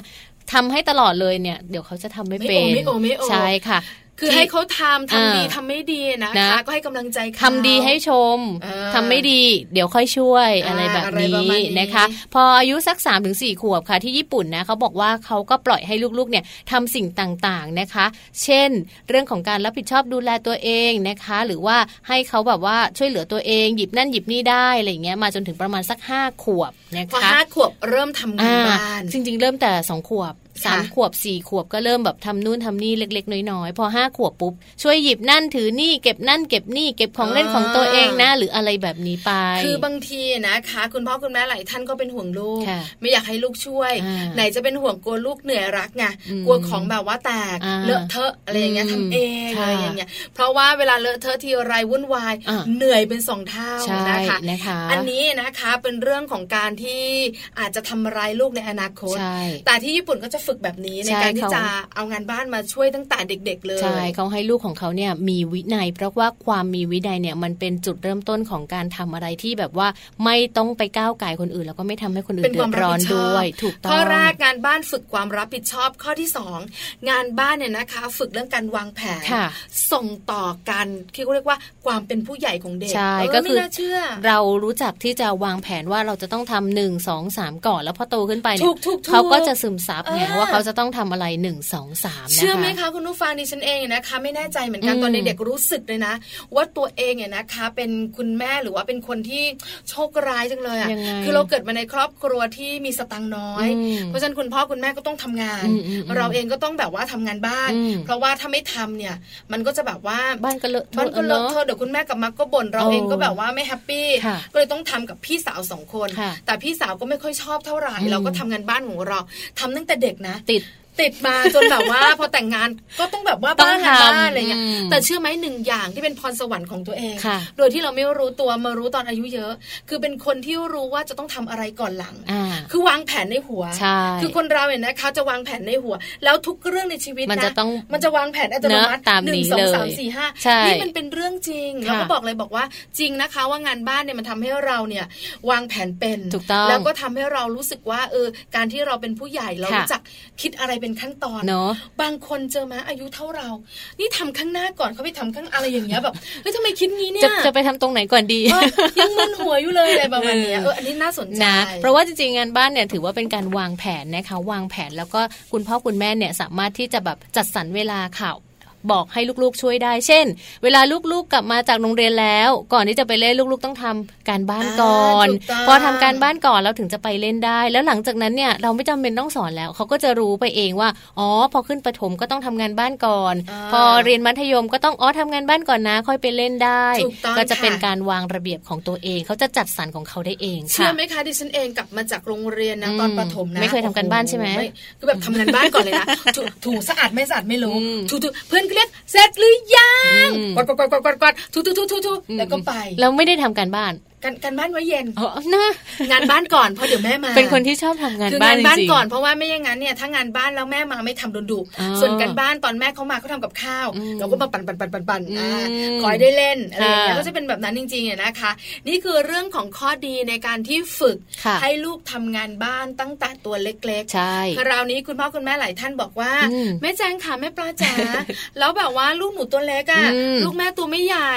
Speaker 4: ทำให้ตลอดเลยเนี่ย เดี๋ยวเขาจะทำไม่
Speaker 6: ไม่โอ
Speaker 4: เป็น
Speaker 6: ไม่โอไม่โอ
Speaker 4: ใช่ค่ะ
Speaker 6: คือให้เขาทำทำ
Speaker 4: อ่า
Speaker 6: ดีทำไม่ดีนะ
Speaker 4: นะคะ
Speaker 6: ก็ให้กำลังใจเขา
Speaker 4: ทำดีให้ชม
Speaker 6: เออ
Speaker 4: ทำไม่ดี เดี๋ยวค่อยช่วย
Speaker 6: อ่า
Speaker 4: อะไรแบบ
Speaker 6: อะไรประ
Speaker 4: นี้
Speaker 6: มาณนี้
Speaker 4: นะคะ พออายุสัก3าถึงสขวบค่ะที่ญี่ปุ่นนะเขาบอกว่าเขาก็ปล่อยให้ลูกๆเนี่ยทำสิ่งต่างๆนะคะ เช่น เรื่องของการรับผิดชอบดูแลตัวเองนะคะ หรือว่าให้เขาแบบว่าช่วยเหลือตัวเอง หยิบนั่นหยิบนี่ได้อะไรอย่างเงี้ยมาจนถึงประมาณสัก5้าขวบนะ
Speaker 6: พอ
Speaker 4: คะ
Speaker 6: ห้าขวบเริ่มทำงานบ้าน
Speaker 4: จริง ๆ เริ่มแต่สองขวบ สาม
Speaker 6: ค่ะ
Speaker 4: ขวบสี่ขวบก็เริ่มแบบทำนู่นทำนี่เล็ก ๆ น้อยๆพอห้าขวบปุ๊บช่วยหยิบนั่นถือนี่เก็บนั่นเก็บนี่เก็บของเล่นของตัวเองนะหรืออะไรแบบนี้ไป
Speaker 6: คือบางทีนะคะ คุณพ่อคุณแม่หลายท่านก็เป็นห่วงลูก
Speaker 4: ค่ะ
Speaker 6: ไม่อยากให้ลูกช่วย
Speaker 4: อ่า
Speaker 6: ไหนจะเป็นห่วงกลัวลูกเหนื่อยรักไง
Speaker 4: อืม
Speaker 6: กลัวของแบบว่าแตก
Speaker 4: อ่า
Speaker 6: เลอะเทอะอะไรอย่างเงี้ย
Speaker 4: อืม
Speaker 6: ทำเอง
Speaker 4: ค่ะ
Speaker 6: อะไรอย่างเงี้ยเพราะว่าเวลาเลอะเทอะทีไรวุ่นวาย
Speaker 4: อ่า
Speaker 6: เหนื่อยเป็นสองเท่า
Speaker 4: ใช่
Speaker 6: นะคะ
Speaker 4: นะคะ
Speaker 6: อันนี้นะคะเป็นเรื่องของการที่อาจจะทำร้ายลูกในอนาคต
Speaker 4: ใช่
Speaker 6: แต่ที่ญี่ปุ่นก็จะฝึกแบบนี้ใน
Speaker 4: ใช่
Speaker 6: การที่
Speaker 4: เขา
Speaker 6: จะเอางานบ้านมาช่วยตั้งแต่เด็ก ๆ เลย
Speaker 4: ใช่เขาให้ลูกของเขาเนี่ยมีวินัย เพราะว่าความมีวินัยเนี่ยมันเป็นจุดเริ่มต้นของการทำอะไรที่แบบว่าไม่ต้องไปก้าวไก่ายคนอื่น แล้วก็ไม่ทำให้คนอื่น
Speaker 6: เป็น
Speaker 4: เดือ
Speaker 6: ความ
Speaker 4: ด
Speaker 6: รับ
Speaker 4: ร้อน
Speaker 6: ผิดชอ
Speaker 4: ด้
Speaker 6: บ
Speaker 4: วย ถูกต้อง
Speaker 6: ข้อแรกงานบ้านฝึกความรับผิดชอบข้อที่ 2 งานบ้านเนี่ยนะคะ ฝึกเรื่องการวางแผน
Speaker 4: ค่ะ
Speaker 6: ส่งต่อกันที่เขาเรียกว่าความเป็นผู้ใหญ่ของเด็ก
Speaker 4: ใช่
Speaker 6: เ
Speaker 4: ก็คือ
Speaker 6: ไม่น่าเชื่อ
Speaker 4: เรารู้จักที่จะวางแผนว่าเราจะต้องทำหนึ่งสองสามก่อนแล้วพอโตขึ้นไปเนี่
Speaker 6: ถู
Speaker 4: ย
Speaker 6: กถูกถูก
Speaker 4: เขาก็จะซึมซับไง
Speaker 6: เออ
Speaker 4: ว่าเขาจะต้องทำอะไรหนึ่งสองสามนะคะ
Speaker 6: เชื่อไหมคะคุณผู้ฟังดิฉันเองนะคะ ไม่แน่ใจเหมือนกัน
Speaker 4: อืม
Speaker 6: ตอนเด็กๆรู้สึกเลยนะ ว่าตัวเองเนี่ยนะคะ เป็นคุณแม่หรือว่าเป็นคนที่โชคร้ายจังเลยอ่ะ
Speaker 4: ยังไง
Speaker 6: คือเราเกิดมาในครอบครัวที่มีสตังค์น้อย
Speaker 4: อืม
Speaker 6: เพราะฉะนั้นคุณพ่อคุณแม่ก็ต้องทำงาน
Speaker 4: อืมอืมอืม
Speaker 6: เราเองก็ต้องแบบว่าทำงานบ้าน
Speaker 4: อืม
Speaker 6: เพราะว่าถ้าไม่ทำเนี่ย มันก็จะแบบว่า
Speaker 4: บ้านก็เลอะเท
Speaker 6: มัน
Speaker 4: อะ
Speaker 6: ก็เลอะ
Speaker 4: เนาะ
Speaker 6: เทอะเดี๋ยวคุณแม่กลับมาก็บ่นเรา
Speaker 4: เออ
Speaker 6: เองก็แบบว่าไม่แฮปปี้
Speaker 4: ค่ะ
Speaker 6: ก็เลยต้องทำกับพี่สาวสองคน
Speaker 4: ค่ะ
Speaker 6: แต่พี่สาวก็ไม่ค่อยชอบเท่าไหร่
Speaker 4: อืม
Speaker 6: เราก็ทำงานบ้านของเราทำตั้งแต่เด็กนะ
Speaker 4: ติด
Speaker 6: ติดมาจนแบบว่า พอแต่งงานก็ต้องแบบว่า
Speaker 4: ต้อ
Speaker 6: บ้าง นงานบ้าน
Speaker 4: ทำ
Speaker 6: อะไรเงี้ย
Speaker 4: อืม
Speaker 6: แต่เชื่อไหมหนึ่งอย่างที่เป็นพรสวรรค์ของตัวเอง
Speaker 4: ค่ะ
Speaker 6: โดยที่เราไม่รู้ตัวมารู้ตอนอายุเยอะ คือเป็นคนที่รู้ว่าจะต้องทำอะไรก่อนหลัง
Speaker 4: อ่า
Speaker 6: คือวางแผนในหัว
Speaker 4: ใช่
Speaker 6: คือคนเราเนี่ยนะคะจะวางแผนในหัว แล้วทุกเรื่องในชีวิต
Speaker 4: มันจะต้อง
Speaker 6: มันจะวางแผนอัตโนมัติ
Speaker 4: เนอะตาม
Speaker 6: หนึ่
Speaker 4: นี้
Speaker 6: งสอง
Speaker 4: เลย
Speaker 6: สามสี่ห้า
Speaker 4: ใช่
Speaker 6: นี่มันเป็นเรื่องจริง
Speaker 4: ค่ะ
Speaker 6: เราก็บอกเลยบอกว่าจริงนะคะ ว่างานบ้านเนี่ยมันทำให้เราเนี่ยวางแผนเป็น
Speaker 4: ถูกต้อง
Speaker 6: แล้วก็ทำให้เรารู้สึกว่าเออการที่เราเป็นผู้ใหญ่เรา
Speaker 4: ค่ะ
Speaker 6: รู้จักคิดอะไรเป็นขั้นตอน
Speaker 4: เนาะ
Speaker 6: บางคนเจอมาอายุเท่าเรา นี่ทำข้างหน้าก่อนเขาไปทำข้างอะไรอย่างเงี้ยแบบเฮ้ยทำไมคิดงี้เนี่ย
Speaker 4: จะจะไปทำตรงไหนก่อนดี
Speaker 6: เออยังมึนหัวอยู่เลยอะไรประมาณเนี้ย
Speaker 4: เออ
Speaker 6: เอออันนี้น่าสนใจ
Speaker 4: นะเพราะว่าจริงๆงานบ้านเนี่ยถือว่าเป็นการวางแผนนะคะ วางแผนแล้วก็คุณพ่อคุณแม่เนี่ยสามารถที่จะแบบจัดสรรเวลาค่ะบอกให้ลูกๆช่วยได้ เช่น เวลาลูกๆกลับมาจากโรงเรียนแล้ว ก่อนที่จะไปเล่นลูกๆต้องทำการบ้านก่อน
Speaker 6: อ่าถูกต้อง
Speaker 4: พอทำการบ้านก่อนแล้วถึงจะไปเล่นได้ แล้วหลังจากนั้นเนี่ยเราไม่จำเป็นต้องสอนแล้วเขาก็จะรู้ไปเองว่าอ๋อพอขึ้นประถมก็ต้องทำงานบ้านก่อน
Speaker 6: อ่า
Speaker 4: พอเรียนมัธยมก็ต้องอ๋อทำงานบ้านก่อนนะ ค่อยไปเล่นได้
Speaker 6: ถูกต้อง
Speaker 4: ก็จะเป็น
Speaker 6: ค่ะ
Speaker 4: การวางระเบียบของตัวเองเขาจะจัดสรรของเขาได้เองค่ะ
Speaker 6: เชื่อไหมคะดิฉันเองกลับมาจากโรงเรียนนะ
Speaker 4: อืม
Speaker 6: ตอนประถมนะ
Speaker 4: ไม่เคยทำการบ้านใช่ไหม
Speaker 6: โอ้โคือแบบทำงานบ้านก่อนเลยนะถูถูสะอาดไม่สะอาดไม่รู้
Speaker 4: อืม
Speaker 6: ถูถูเพื่อนก็เรียกเสร็จหรือยัง
Speaker 4: อืม
Speaker 6: กวาดกวาดกวาดกวาดกวาดถูถูถูถูถูแล้วก็ไป
Speaker 4: เราไม่ได้ทำการบ้าน
Speaker 6: กันกันบ้านไว้เย็น
Speaker 4: อ๋อนะ
Speaker 6: งานบ้านก่อนเพราะเดี๋ยวแม่มา
Speaker 4: เป็นคนที่ชอบทำงาน
Speaker 6: คื
Speaker 4: บ้าน
Speaker 6: งานบ้าน
Speaker 4: จริงๆ
Speaker 6: ก่อนเพราะว่าไม่อย่างนั้นเนี่ยถ้างานบ้านแล้วแม่มาไม่ทำโดนดุ
Speaker 4: อ่า
Speaker 6: ส่วนการบ้านตอนแม่เขามาเขาทำกับข้าว
Speaker 4: อืม
Speaker 6: เราก็มาปั่นปั่นปั่นปั่นปั่นอ่า
Speaker 4: อืม
Speaker 6: ขอให้ได้เล่นอะไรอย่างเงี้ย
Speaker 4: ค่ะ
Speaker 6: ก็จะเป็นแบบนั้นจริงๆเนี่ยนะคะ นี่คือเรื่องของข้อดีในการที่ฝึก
Speaker 4: ค่ะ
Speaker 6: ให้ลูกทำงานบ้านตั้งแต่ตัวเล็กๆ
Speaker 4: ใช่
Speaker 6: คราวนี้คุณพ่อคุณแม่หลายท่านบอกว่า
Speaker 4: อืม
Speaker 6: แม่แจงค่ะแม่ปลา จ๋า แล้วแบบว่าลูกหนูตัวเล็กอะ
Speaker 4: อืม
Speaker 6: ลูกแม่ตัวไม่ใหญ่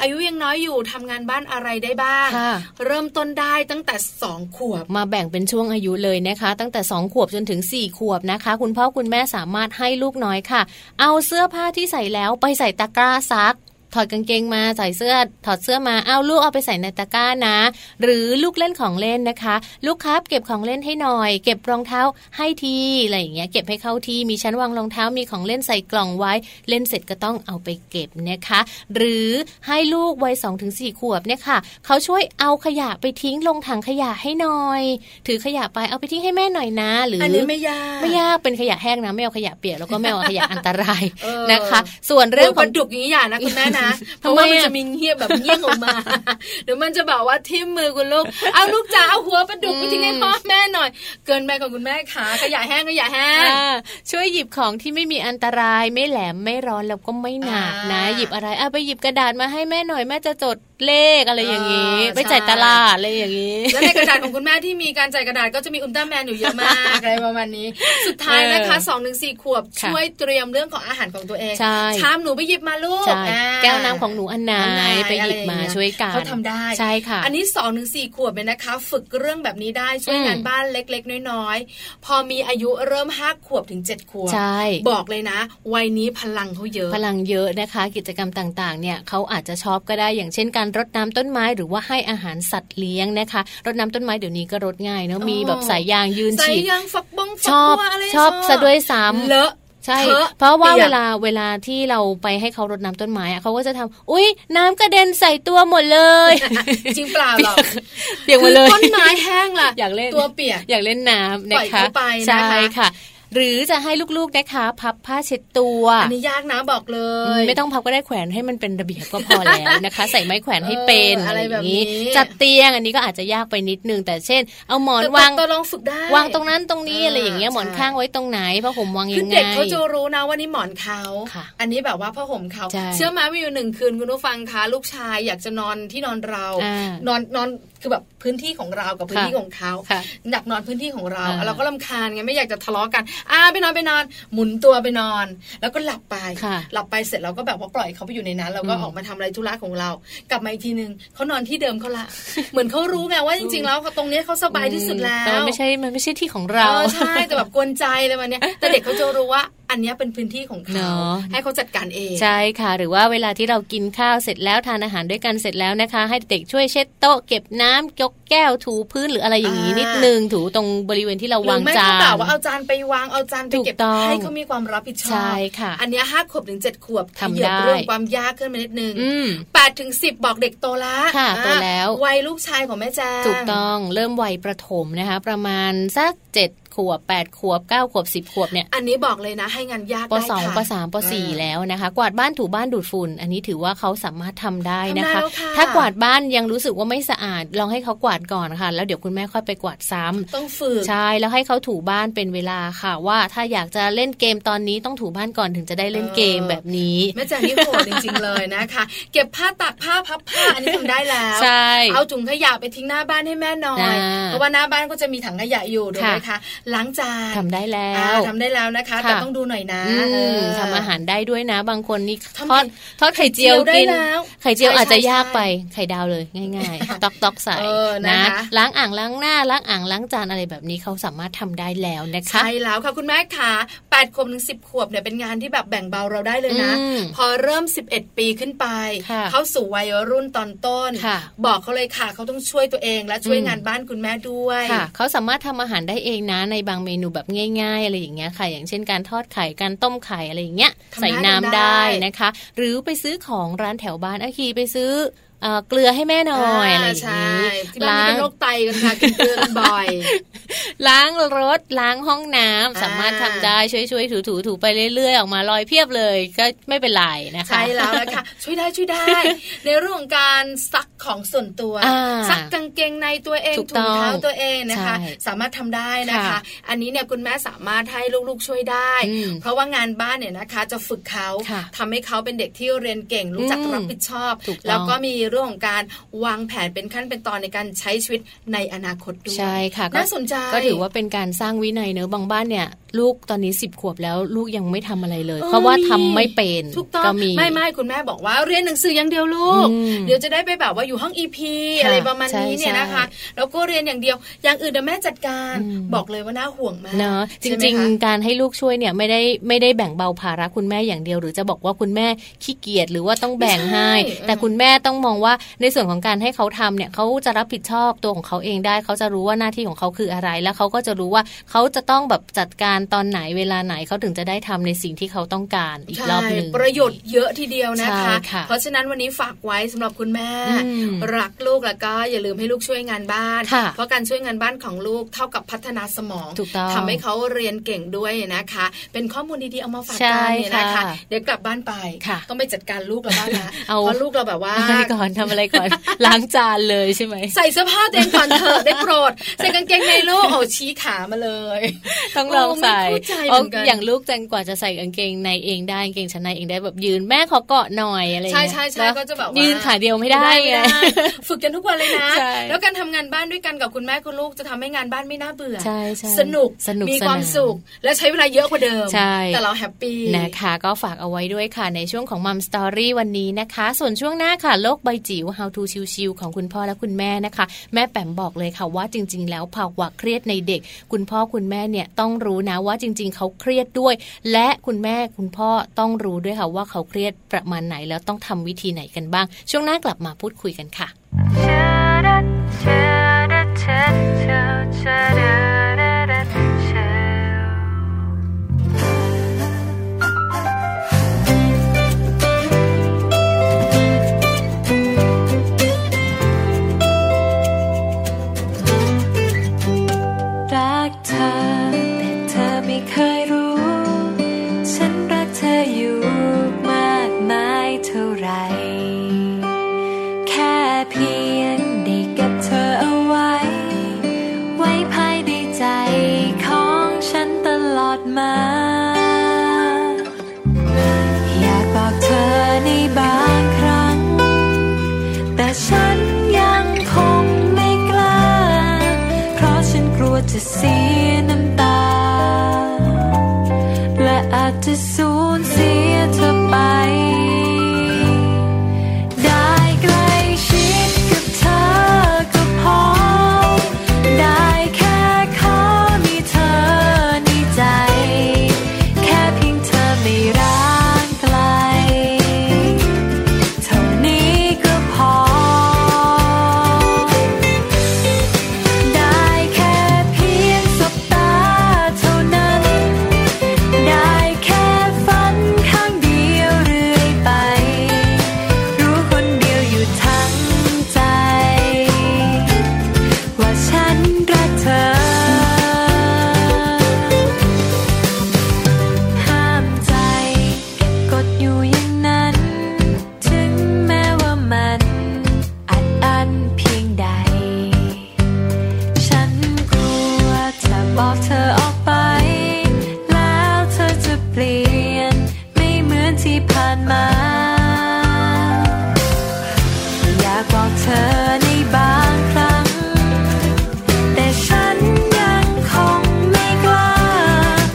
Speaker 6: อายุยังน้อยอยู่ทำงานบ้านอะไรได้บ้าง
Speaker 4: ค่ะ
Speaker 6: เริ่มต้นได้ตั้งแต่สองขวบ
Speaker 4: มาแบ่งเป็นช่วงอายุเลยนะคะ ตั้งแต่ 2 ขวบจนถึง 4 ขวบนะคะ คุณพ่อคุณแม่สามารถให้ลูกน้อยค่ะ เอาเสื้อผ้าที่ใส่แล้วไปใส่ตะกร้าซัก ถอดกางเกงมาใส่เสื้อ ถอดเสื้อมาเอาลูกเอาไปใส่ในตะกร้านะ หรือลูกเล่นของเล่นนะคะ ลูกครับเก็บของเล่นให้หน่อย เก็บรองเท้าให้ทีอะไรอย่างเงี้ยเก็บให้เข้าที่มีชั้นวางรองเท้ามีของเล่นใส่กล่องไว้ เล่นเสร็จก็ต้องเอาไปเก็บนะคะ หรือให้ลูกวัย2อถึงสขวบเนี่ยค่ะเขาช่วยเอาขยะไปทิ้งลงถังขยะให้หน่อย ถือขยะไปเอาไปทิ้งให้แม่หน่อยนะ หรือ
Speaker 6: อั
Speaker 4: อน
Speaker 6: นี้ไม่ยาก
Speaker 4: ไม่ยากเป็นขยะแห้งนะไม่เอาขยะเปียกแล้วก็ไม่เอาขยะอันตราย
Speaker 6: เออ
Speaker 4: นะคะ ส่วน
Speaker 6: เรื่
Speaker 4: เรื่
Speaker 6: อ
Speaker 4: อง ง
Speaker 6: ป
Speaker 4: ข
Speaker 6: ลา
Speaker 4: อง
Speaker 6: ดุกอย่างนี้อย่านะคุณแม่นะ เพ
Speaker 4: ทำ
Speaker 6: ราะ
Speaker 4: ไม
Speaker 6: ว่า
Speaker 4: อ่ะ
Speaker 6: มันจะมีเงียบแบบเงี้ยงออกมา เดี๋ยวมันจะแบบว่าทิ่มมือคุณลูก เอาลูกจ๋าเอาหัวปลาดุกไปทิ้งให้พ่อแม่หน่อย เกินไปของคุณแม่ขาขยะแห้งขยะแห้ง
Speaker 4: อ่าช่วยหยิบของที่ไม่มีอันตรายไม่แหลมไม่ร้อนแล้วก็ไม่หนักนะ
Speaker 6: อ่า
Speaker 4: หยิบอะไรอ่ะไปหยิบกระดาษมาให้แม่หน่อยแม่จะจดเลขอะไรอย่างนี้
Speaker 6: อ่า
Speaker 4: ไปจ่ายต
Speaker 6: ใช่
Speaker 4: ลาดอะไรอย่างนี้
Speaker 6: แล้วในกระดาษของคุณแม่ที่มีการจ่ายกระดาษก็จะมีอุลตร้าแมนอยู่เยอะมากอะไรประมาณนี้ สุดท้ายนะคะ
Speaker 4: เออ
Speaker 6: สองถึงสี่ขวบ
Speaker 4: ค่ะ
Speaker 6: ช่วยเตรียมเรื่องของอาหารของตัวเอง
Speaker 4: ใช่
Speaker 6: ชามหนูไปหยิบมาลูก
Speaker 4: ใช่
Speaker 6: อ่า
Speaker 4: แก้วน้ำของหนูอันไหน
Speaker 6: อันไหน
Speaker 4: ไปหยิบมา
Speaker 6: อะไรอย่างเงี้ย
Speaker 4: ช่วยกัน
Speaker 6: เขาทำได้
Speaker 4: ใช่ค่ะ
Speaker 6: อันนี้2อถึงสขวบเนี่ยนะคะ ฝึกเรื่องแบบนี้ได้ช่วย
Speaker 4: อืม
Speaker 6: งานบ้านเล็กๆ น้อยๆ พอมีอายุเริ่ม 5 ขวบถึง 7 ขวบ
Speaker 4: ใช่
Speaker 6: บอกเลยนะ วัยนี้พลังเขาเยอะ
Speaker 4: พลังเยอะนะคะ กิจกรรมต่างๆ เนี่ยเขาอาจจะชอบก็ได้อย่างเช่นการ การรดน้ำต้นไม้หรือว่าให้อาหารสัตว์เลี้ยงนะคะ รดน้ำต้นไม้เดี๋ยวนี้ก็รดง่ายเนอะมีแบบสายยางยืน
Speaker 6: ใส่
Speaker 4: ฉีด
Speaker 6: ยางฝักบงฝั
Speaker 4: ช
Speaker 6: ก
Speaker 4: อบ
Speaker 6: บัวอะไร
Speaker 4: ชอบซะด้วยซ้ำ
Speaker 6: เลอะ
Speaker 4: ใช่
Speaker 6: ทอ
Speaker 4: เพราะว่า
Speaker 6: ปียก
Speaker 4: เวลาเวลาที่เราไปให้เขารดน้ำต้นไม้อะเขาก็จะทำอุ้ยน้ำกระเด็นใส่ตัวหมดเลย
Speaker 6: จริงเปล่าหรอก
Speaker 4: เปียกหมดเลย
Speaker 6: คือต้นไม้แห้งล่ะ
Speaker 4: อยากเล่น
Speaker 6: ตัวเปียก
Speaker 4: อยากเล่นน้ำนะ
Speaker 6: ปล่อย
Speaker 4: คะ
Speaker 6: เขาไปนะคะ
Speaker 4: ใช่ค่ะ หรือจะให้ลูกๆนะคะ พับผ้าเช็ดตัว
Speaker 6: อันนี้ยากนะบอกเลย
Speaker 4: ไม่ต้องพับก็ได้แขวนให้มันเป็นระเบียบก็พอแล้ว นะคะ ใส่ไม้แขวนให้เป็น
Speaker 6: เออ
Speaker 4: อะ
Speaker 6: อะไรไร
Speaker 4: อ
Speaker 6: แบบ
Speaker 4: ย่าง
Speaker 6: นี้
Speaker 4: นี้จัดเตียงอันนี้ก็อาจจะยากไปนิดนึงแต่เช่น เอาหมอนวาง
Speaker 6: แต่ตัวลองฝึกได้
Speaker 4: วางตรงนั้นตรงนี้อะไรอย่างเงี้ย
Speaker 6: อ่า
Speaker 4: หมอน
Speaker 6: ใช่
Speaker 4: ข้างไว้ตรงไหนผ้าห่มวาง
Speaker 6: คื
Speaker 4: ยั
Speaker 6: อง
Speaker 4: ไง
Speaker 6: เด็กเขาจะรู้นะว่านี่หมอนเขา
Speaker 4: ค่ะ
Speaker 6: อันนี้แบบว่าผ้าห่มเขา
Speaker 4: ใช่
Speaker 6: เชื่อไหมมีอยู่หนึ่งคืนคุณผู้ฟังคะลูกชายอยากจะนอนที่นอนเรา
Speaker 4: อ่าน
Speaker 6: อนนอนคือแบบพื้นที่ของเรากับพื้นที่
Speaker 4: ค่ะ
Speaker 6: ของเขา
Speaker 4: ค่ะ
Speaker 6: อยากนอนพื้นที่ของเรา
Speaker 4: อ่า
Speaker 6: เราก็ลำคาญไงไม่อยากจะทะเลาะกัน อ่าไปนอนไปนอน หมุนตัวไปนอน แล้วก็หลับไป
Speaker 4: ค่ะ
Speaker 6: หลับไปเสร็จเราก็แบบว่าปล่อยเขาไปอยู่ในนั้นเราก็
Speaker 4: อืม
Speaker 6: ออกมาทำอะไรธุระของเรา กลับมาอีกทีนึงเขานอนที่เดิมเขาละ เหมือนเขารู้ไงว่าจริง ๆ แล้วเขาตรงเนี้ยเขาสบายที่สุดแล้ว
Speaker 4: ต่มันไม่ใช่มันไม่ใช่ที่ของเรา
Speaker 6: ออใช่แต่แบบกวนใจอะไรมาเนี้ย แต่เด็กเขาจะรู้ว่าอันเนี้ยเป็นพื้นที่ของ
Speaker 4: เน
Speaker 6: เขา
Speaker 4: อะ
Speaker 6: ให้เขาจัดการเอง
Speaker 4: ใช่ค่ะ หรือว่าเวลาที่เรากินข้าวเสร็จแล้วทานอาหารด้วยกันเสร็จแล้วนะคะ ให้เด็กช่วยเช็ดโต๊ะเก็บน้ำยกแก้วถูพื้นหรืออะไรอย่างนี้นิดนึงถูตรงบริเวณที่เรา
Speaker 6: หรื
Speaker 4: วา
Speaker 6: องไม่
Speaker 4: จา
Speaker 6: ก็
Speaker 4: น
Speaker 6: เปล่าว่าเอาจานไปวางเอาจานไปเก็บ
Speaker 4: ถูกต้อง
Speaker 6: ให้เขามีความรับผิดชอบ
Speaker 4: ใช่ค่ะ
Speaker 6: อันเนี้ยห้าขวบถึงเจ็ดขวบ
Speaker 4: ทำ
Speaker 6: เหยียบ
Speaker 4: ได้
Speaker 6: เรื่องความยากขึ้นมานิดนึง
Speaker 4: อืม
Speaker 6: แปดถึงสิบบอกเด็กโตละ
Speaker 4: ค่ะ
Speaker 6: อ่า
Speaker 4: โตแล้ว
Speaker 6: วัยลูกชายของแม่แจ้ง
Speaker 4: ถูกต้องเริ่มวัยประถมนะคะ ประมาณสักเจ็ดขวบแปดขวบเก้าขวบสิบขวบเนี่ย
Speaker 6: อันนี้บอกเลยนะ ให้งานยาก
Speaker 4: ป
Speaker 6: ได้
Speaker 4: สอง
Speaker 6: ค่ะ
Speaker 4: ปสามปสี่
Speaker 6: อ่า
Speaker 4: แล้วนะคะ กวาดบ้านถูบ้านดูดฝุ่น อันนี้ถือว่าเขาสามารถทำได้นะคะ
Speaker 6: ทำได้แล้วค่ะ
Speaker 4: ถ้ากวาดบ้านยังรู้สึกว่าไม่สะอาด ลองให้เขากวาดก่อนค่ะ แล้วเดี๋ยวคุณแม่ค่อยไปกวาดซ้ำ
Speaker 6: ต้องฝึก
Speaker 4: ใช่แล้วให้เขาถูบ้านเป็นเวลาค่ะ ว่าถ้าอยากจะเล่นเกมตอนนี้ต้องถูบ้านก่อนถึงจะได้เล่นเกมแบบนี้
Speaker 6: แม่แจงนี่โหดจริงๆเลยนะคะ เก็บผ้าตากผ้าพับผ้าอันนี้ทำได้แล้ว
Speaker 4: ใช่
Speaker 6: เอาถุงขยะไปทิ้งหน้าบ้านให้แม่หน่อย
Speaker 4: อ่า
Speaker 6: เพราะว่าหน้าบ้านก็จะมีถังขยะอยู่ถูกไหม
Speaker 4: ค่ะ
Speaker 6: คะล้างจาน
Speaker 4: ทำได้แล้
Speaker 6: อ่าว ทำได้แล้วนะคะ
Speaker 4: ค่ะ
Speaker 6: แต่ต้องดูหน่อยนะ
Speaker 4: อื
Speaker 6: เอ
Speaker 4: ม
Speaker 6: อ
Speaker 4: ทำอาหารได้ด้วยนะ บางคนนี่
Speaker 6: ทำไม
Speaker 4: ทอดทอดไข่เจียว
Speaker 6: ไข่เจียวได้
Speaker 4: กิน
Speaker 6: แล้ว
Speaker 4: ไข่เจียว
Speaker 6: ใช่
Speaker 4: อาจจะ
Speaker 6: ใช่
Speaker 4: ยาก
Speaker 6: ใช่
Speaker 4: ไปไข่ดาวเลยง่าย ๆ ตอกตอกใส่
Speaker 6: เออนะคะ
Speaker 4: ล้างอ่างล้างหน้าล้างอ่างล้างจานอะไรแบบนี้เขาสามารถทำได้แล้วนะคะ
Speaker 6: ใช่แล้วค่ะคุณแม่ค่ะ8ขวบถึง10 ขวบเนี่ยเป็นงานที่แบบแบ่งเบาเราได้เลยนะ
Speaker 4: อืม
Speaker 6: พอเริ่ม 11 ปีขึ้นไป
Speaker 4: ค่ะ
Speaker 6: เข้าสู่วัยรุ่นตอนต้น
Speaker 4: ค่ะ
Speaker 6: บอกเขาเลยค่ะเขาต้องช่วยตัวเองและช่วย
Speaker 4: อืม
Speaker 6: งานบ้านคุณแม่ด้วย
Speaker 4: ค่ะเขาสามารถทำอาหารได้เองนะในบางเมนูแบบง่าย ๆ อะไรอย่างเงี้ยค่ะ อย่างเช่นการทอดไข่การต้มไข่อะไรอย่างเงี้ย
Speaker 6: ทำได้
Speaker 4: ใส่น้ำ
Speaker 6: ได้
Speaker 4: ได้นะคะ หรือไปซื้อของร้านแถวบ้านอาคีไปซื้อเอ่อเกลือให้แม่หน่อยอะไรอย่างนี้
Speaker 6: าใช่ที่บ้าน
Speaker 4: ล้าง
Speaker 6: นี่เป็นโรคไตกันค่ะกินเกลือกันบ่อย
Speaker 4: ล้างรถล้างห้องน้ำ
Speaker 6: อ่า
Speaker 4: สามารถทำได้ช่วยๆถูๆถูไปเรื่อยๆออกมาลอยเพียบเลยก็ไม่เป็นไรนะคะ
Speaker 6: ใช่แล้วละค่ะ ช่วยได้ช่วย ได้ ในเรื่องของการซักของส่วนตัว
Speaker 4: อ่า
Speaker 6: ซักกางเกงในตัวเอง
Speaker 4: ถูก
Speaker 6: ถุงเท้า
Speaker 4: ต้อง
Speaker 6: ตัวเองนะคะ
Speaker 4: ใช่
Speaker 6: สามารถทำได้นะคะ
Speaker 4: ค่ะ
Speaker 6: อันนี้เนี่ยคุณแม่สามารถให้ลูกๆช่วยได้
Speaker 4: อืม
Speaker 6: เพราะว่างานบ้านเนี่ยนะคะ จะฝึกเขา
Speaker 4: ค่ะ
Speaker 6: ทำให้เขาเป็นเด็กที่เรียนเก่งรู้จัก
Speaker 4: อืม
Speaker 6: รับผิดชอบ
Speaker 4: ถูกต้อง
Speaker 6: แล้วก็มีเรื่องของการวางแผนเป็นขั้นเป็นตอนในการใช้ชีวิตในอนาคตด้วย
Speaker 4: ใช่ค่ะก็
Speaker 6: น่าสนใจ
Speaker 4: ก็ถือว่าเป็นการสร้างวินัยเนอะบางบ้านเนี่ย ลูกตอนนี้สิบขวบแล้วลูกยังไม่ทำอะไรเลย
Speaker 6: ออ
Speaker 4: เพราะว่าทำ
Speaker 6: มี
Speaker 4: ไม่เป็น
Speaker 6: ถูกต้อง
Speaker 4: ก็มี
Speaker 6: ไม่ไม่คุณแม่บอกว่าเรียนหนังสืออย่างเดียวลูก
Speaker 4: อืม
Speaker 6: เดี๋ยวจะได้ไปแบบว่าอยู่ห้องอีพี
Speaker 4: ค่ะ
Speaker 6: อะไรประมาณ
Speaker 4: ใช่
Speaker 6: นี้เนี่ยนะคะ แล้วก็เรียนอย่างเดียวอย่างอื่นเดี๋ยวแม่จัดการ
Speaker 4: อืม
Speaker 6: บอกเลยว่าน่าห่วงมาก
Speaker 4: เนอะจ
Speaker 6: ใช่ไหม
Speaker 4: ริง
Speaker 6: คะ
Speaker 4: ๆ การให้ลูกช่วยเนี่ยไม่ได้ไม่ได้แบ่งเบาภาระคุณแม่อย่างเดียว หรือจะบอกว่าคุณแม่ขี้เกียจหรือว่าต้องแบ่งให้
Speaker 6: ไม่ใช่
Speaker 4: แต่คุณแม่ต้องมองว่าในส่วนของการให้เขาทำเนี่ยเขาจะรับผิดชอบตัวของเขาเองได้ เขาจะรู้ว่าหน้าที่ของเขาคืออะไร แล้วเขาก็จะรู้ว่าเขาจะต้องแบบจัดการตอนไหนเวลาไหนเขาถึงจะได้ทำในสิ่งที่เขาต้องการอีกรอบหนึ่ง
Speaker 6: ใช่ประโยชน์เยอะทีเดียวนะคะ
Speaker 4: ใช่ค่ะ
Speaker 6: เพราะฉะนั้นวันนี้ฝากไว้สำหรับคุณแม่
Speaker 4: อืม
Speaker 6: รักลูกแล้วก็อย่าลืมให้ลูกช่วยงานบ้าน
Speaker 4: ค่ะ
Speaker 6: เพราะการช่วยงานบ้านของลูกเท่ากับพัฒนาสมอง
Speaker 4: ถูกต้อง
Speaker 6: ทำให้เขาเรียนเก่งด้วยนะคะ เป็นข้อมูลดีๆเอามาฝาก
Speaker 4: ใช่
Speaker 6: กันเนี่ยนะคะ
Speaker 4: ค่ะ
Speaker 6: เดี๋ยวกลับบ้านไป
Speaker 4: ค่ะ
Speaker 6: ต้องไปจัดการลูกเราบ้างละ
Speaker 4: เอา
Speaker 6: เพราะลูกเราแบบว่า
Speaker 4: อะไร ก่อนทำอะไรก่อน ล้างจานเลยใช่ไหม
Speaker 6: ใส่เสื้อผ้าตัวเองก่อนเถอะได้โปรดใส่กางเกงในลูกโอ้ชี้ขามาเลย
Speaker 4: ต้องลองใส่
Speaker 6: โอ้ไม่เข้าใจเห
Speaker 4: เอ
Speaker 6: มือนกัน
Speaker 4: าอย่างลูกแจงกว่าจะใส่กางเกงในเองได้กางเกงชั้นในเองได้แบบยืนแม่ขอเกาะหน่อยอะไรอย่า
Speaker 6: ใช่
Speaker 4: งเงี้ย
Speaker 6: ใช่ใช่ก็จะแบบว่า
Speaker 4: ยืนขาเดียวไม่ได้ไง
Speaker 6: ม่ด้ฝึกกันทุกวันเลยนะ
Speaker 4: ใช่
Speaker 6: แล้วการทำงานบ้านด้วยกันกับคุณแม่คุณลูกจะทำให้งานบ้านไม่น่าเบื่อ
Speaker 4: ใช่ใช่
Speaker 6: สนุก
Speaker 4: สนุก
Speaker 6: มี
Speaker 4: นน
Speaker 6: ความสุข และใช้เวลาเยอะกว่าเดิม
Speaker 4: ใช่
Speaker 6: แต่เราแฮปปี้
Speaker 4: นะคะก็ฝากเอาไว้ด้วยค่ะในช่วงของมัมสตอรี่วันนี้นะคะ ส่วนช่วงหน้าค่ะ โลกใบจิ๋ว How to ชิวๆของคุณพ่อและคุณแม่นะคะ แม่แปมบอกเลยค่ะว่าจริง ๆ แล้วภาวะเครียดใน เด็ก คุณพ่อคุณแม่เนี่ยต้องรู้นะว่าจริง ๆ เขาเครียดด้วย และคุณแม่คุณพ่อต้องรู้ด้วยค่ะว่าเขาเครียดประมาณไหนแล้วต้องทำวิธีไหนกันบ้าง ช่วงหน้ากลับมาพูดคุยกันค่ะ
Speaker 2: รักเธอ แต่เธอไม่เคยรู้ ฉันรักเธออยู่มากมายเท่าไหรแค่เพียงได้เก็บเธอเอาไว้ ไว้ภายในใจของฉันตลอดมา อยากบอกเธอในบางครั้ง แต่ฉันยังคงไม่กล้า เพราะฉันกลัวจะเสียน้ำตา และอาจจะสูญเสียเธอไป ได้ใกล้ชิดกับเธอก็พอ ได้แค่ขอมีเธอในใจ แค่เพียงเธอไม่ร้างไกล เท่านี้ก็พอ ได้แค่เพียงสบตาเท่านั้น ได้แค่ฝันข้างเดียวเรื่อยไป รู้คนเดียวอยู่ทั้งใจ ว่าฉันรักเธอ ห้ามใจเก็บกดอยู่อย่างนั้น ถึงแม้ว่ามันอัดอั้นเพียงใด ฉันกลัวจะบอกเธอออกไป แล้วเธอจะเปลี่ยน ไม่เหมือนที่ผ่านมา อยากบอกเธอในบางครั้ง แต่ฉันยังคงไม่กล้า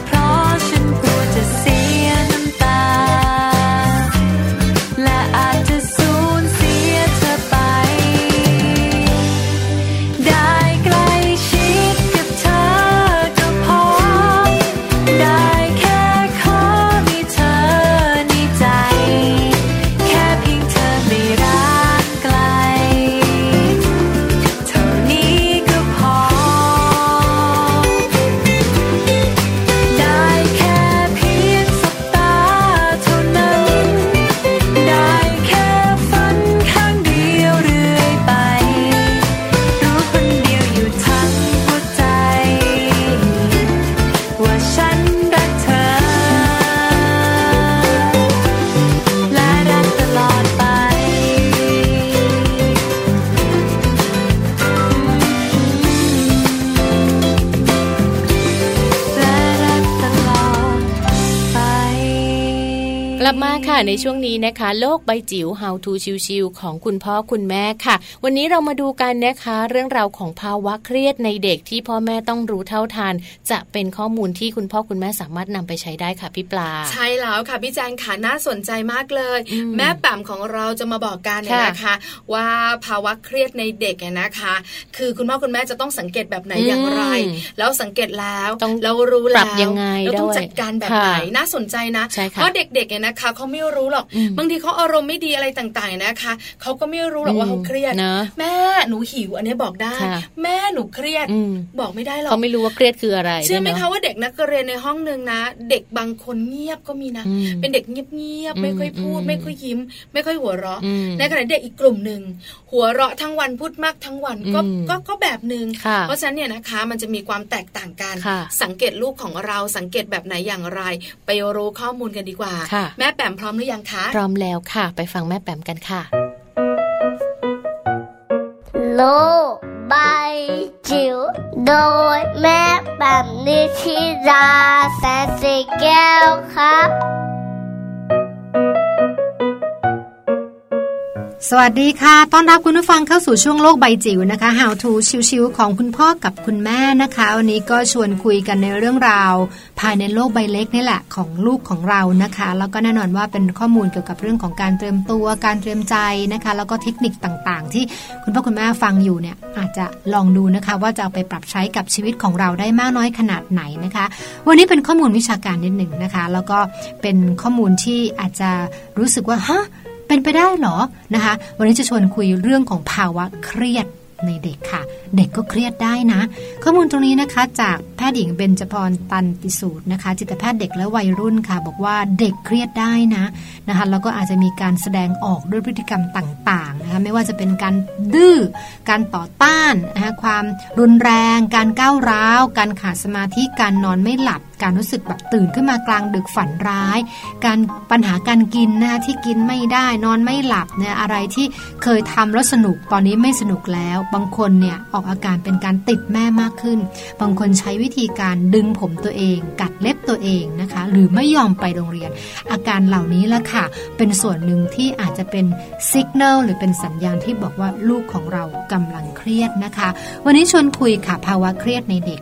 Speaker 2: เพราะฉันกลัวจะเสียน้ำตา และอาจจะสูญเสียเธอไป ได้ใกล้ชิดกับเธอก็พอ ได้แค่ขอมีเธอในใจ แค่เพียงเธอไม่รักไกล เท่านี้ก็พอ ได้แค่เพียงสบตาเท่านั้น ได้แค่ฝันข้างเดียวเรื่อยไป รู้คนเดียวอยู่ทั้งหัวใจ ว่าฉันรักเธอ และรักตลอดไป และรักตลอดไป
Speaker 4: กลับมาค่ะในช่วงนี้นะคะ โลกใบจิ๋ว How to ชิวๆของคุณพ่อคุณแม่ค่ะ วันนี้เรามาดูกันนะคะ เรื่องราวของภาวะเครียดในเด็กที่พ่อแม่ต้องรู้เท่าทันจะเป็นข้อมูลที่คุณพ่อคุณแม่สามารถนำไปใช้ได้ค่ะพี่ปลา
Speaker 6: ใช่แล้วค่ะพี่แจงค่ะน่าสนใจมากเลย แม่แป๋มของเราจะมาบอกกันเนี่ย
Speaker 4: ค่ะ
Speaker 6: นะคะ ว่าภาวะเครียดในเด็กเนี่ยนะคะ คือคุณพ่อคุณแม่จะต้องสังเกตแบบไหน
Speaker 4: อืม
Speaker 6: อย่างไร แล้วสังเกตแล้ว
Speaker 4: ต้อง
Speaker 6: เรารู้แล้ว
Speaker 4: ปรับยังไง
Speaker 6: เราต้อง
Speaker 4: ด้วย
Speaker 6: จัดการแบบ
Speaker 4: ค่ะ
Speaker 6: ไหนน่าสนใจนะ
Speaker 4: ใช่ค่ะ
Speaker 6: เพราะเด็กๆเนี่ยนะคะเขาไม่รู้หรอก
Speaker 4: อืม
Speaker 6: บางทีเขาอารมณ์ไม่ดีอะไรต่างๆเนี่ยนะคะเขาก็ไม่รู้หรอกว่าเขาเครียด
Speaker 4: อืมนะ
Speaker 6: แม่หนูหิวอันนี้บอกได้
Speaker 4: ค่ะ
Speaker 6: แม่หนูเครียด
Speaker 4: อืม
Speaker 6: บอกไม่ได้หรอก
Speaker 4: เขาไม่รู้ว่าเครียดคืออะไร
Speaker 6: เชื่อไหม
Speaker 4: ด้วย
Speaker 6: คะ
Speaker 4: เนา
Speaker 6: ว่าเด็กนักเรียนในห้องหนึ่งนะ เด็กบางคนเงียบก็มีนะ
Speaker 4: อืม
Speaker 6: เป็นเด็กเงียบ
Speaker 4: อื
Speaker 6: ๆ
Speaker 4: ม
Speaker 6: ไม่ค่อยพูด
Speaker 4: อืม
Speaker 6: ไม่ค่อยยิ้ม ไม่ค่อยหัวเราะ
Speaker 4: อืม
Speaker 6: ในขณะเด็กอีกกลุ่มหนึ่งหัวเราะทั้งวันพูดมากทั้งวันก็
Speaker 4: อืม
Speaker 6: ก็ก็แบบหนึ่ง
Speaker 4: ค่ะ
Speaker 6: เพราะฉะนั้นเนี่ยนะคะมันจะมีความแตกต่างกัน
Speaker 4: ค่ะ
Speaker 6: สังเกตลูกของเราสังเกตแบบไหนอย่างไร ไปรู้ข้อมูลกันดีกว่า
Speaker 4: ค่ะ
Speaker 6: แม่แปมพร้อมหรือยังคะ
Speaker 4: พร้อมแล้วค่ะ ไปฟังแม่แปมกันค่ะ
Speaker 7: lô bay chiều đôi mép bạn đi khi ra sẽ xì keo khắp
Speaker 8: สวัสดีค่ะ ต้อนรับคุณผู้ฟังเข้าสู่ช่วงโลกใบจิ๋วนะคะ How to ชิวๆของคุณพ่อกับคุณแม่นะคะ วันนี้ก็ชวนคุยกันในเรื่องราว ภายในโลกใบเล็กนี่แหละของลูกของเรานะคะ แล้วก็แน่นอนว่าเป็นข้อมูลเกี่ยวกับเรื่องของการเตรียมตัวการเตรียมใจนะคะ แล้วก็เทคนิคต่างๆ ที่คุณพ่อคุณแม่ฟังอยู่เนี่ยอาจจะลองดูนะคะ ว่าจะเอาไปปรับใช้กับชีวิตของเราได้มากน้อยขนาดไหนนะคะ วันนี้เป็นข้อมูลวิชาการนิดหนึ่งนะคะ แล้วก็เป็นข้อมูลที่อาจจะรู้สึกว่าฮะ เป็นไปได้เหรอนะคะ วันนี้จะชวนคุยเรื่องของภาวะเครียดในเด็กค่ะ เด็กก็เครียดได้นะ ข้อมูลตรงนี้นะคะ จากแพทย์หญิงเบญจพรตันติสูตรนะคะ จิตแพทย์เด็กและวัยรุ่นค่ะ บอกว่าเด็กเครียดได้นะนะคะแล้วก็อาจจะมีการแสดงออกด้วยพฤติกรรมต่างๆนะคะไม่ว่าจะเป็นการดื้อการต่อต้านนะคะความรุนแรง การก้าวร้าว การขาดสมาธิการนอนไม่หลับ การรู้สึกแบบตื่นขึ้นมากลางดึกฝันร้าย การปัญหาการกินนะคะที่กินไม่ได้นอนไม่หลับเนี่ยอะไรที่เคยทำแล้วสนุกตอนนี้ไม่สนุกแล้ว บางคนเนี่ยออกอาการเป็นการติดแม่มากขึ้น บางคนใช้วิธีการดึงผมตัวเอง กัดเล็บตัวเองนะคะ หรือไม่ยอมไปโรงเรียน อาการเหล่านี้ละค่ะ เป็นส่วนหนึ่งที่อาจจะเป็นสัญญาณหรือเป็นสัญญาณที่บอกว่าลูกของเรากำลังเครียดนะคะ วันนี้ชวนคุยค่ะภาวะเครียดในเด็ก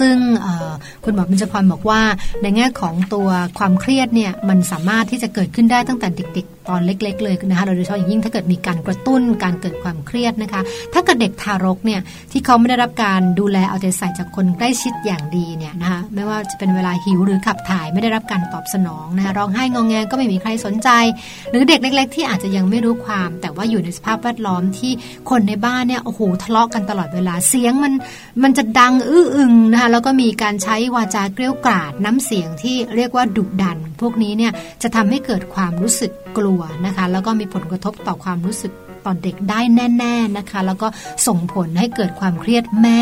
Speaker 8: ซึ่งเอ่อคุณหมอบุญจพรบอกว่า ในแง่ของตัวความเครียดเนี่ยมันสามารถที่จะเกิดขึ้นได้ตั้งแต่เด็กๆ ตอนเล็ก ๆ เลยนะคะโดยเฉพาะอย่างยิ่งถ้าเกิดมีการกระตุ้นการเกิดความเครียดนะคะ ถ้าเกิดเด็กทารกเนี่ยที่เขาไม่ได้รับการดูแลเอาใจใส่จากคนใกล้ชิดอย่างดีเนี่ยนะคะไม่ว่าจะเป็นเวลาหิวหรือขับถ่ายไม่ได้รับการตอบสนองนะคะร้องไห้งองแงก็ไม่มีใครสนใจ หรือเด็กเล็ก ๆ ที่อาจจะยังไม่รู้ความ แต่ว่าอยู่ในสภาพแวดล้อมที่คนในบ้านเนี่ยโอ้โหทะเลาะกันตลอดเวลาเสียงมันมันจะดังอื้ออึงนะคะแล้วก็มีการใช้วาจาเกลี้ยวกราดน้ำเสียงที่เรียกว่าดุดัน พวกนี้เนี่ยจะทำให้เกิดความรู้สึกกลัวนะคะแล้วก็มีผลกระทบต่อความรู้สึกตอนเด็กได้แน่ ๆนะคะ แล้วก็ส่งผลให้เกิดความเครียดแม้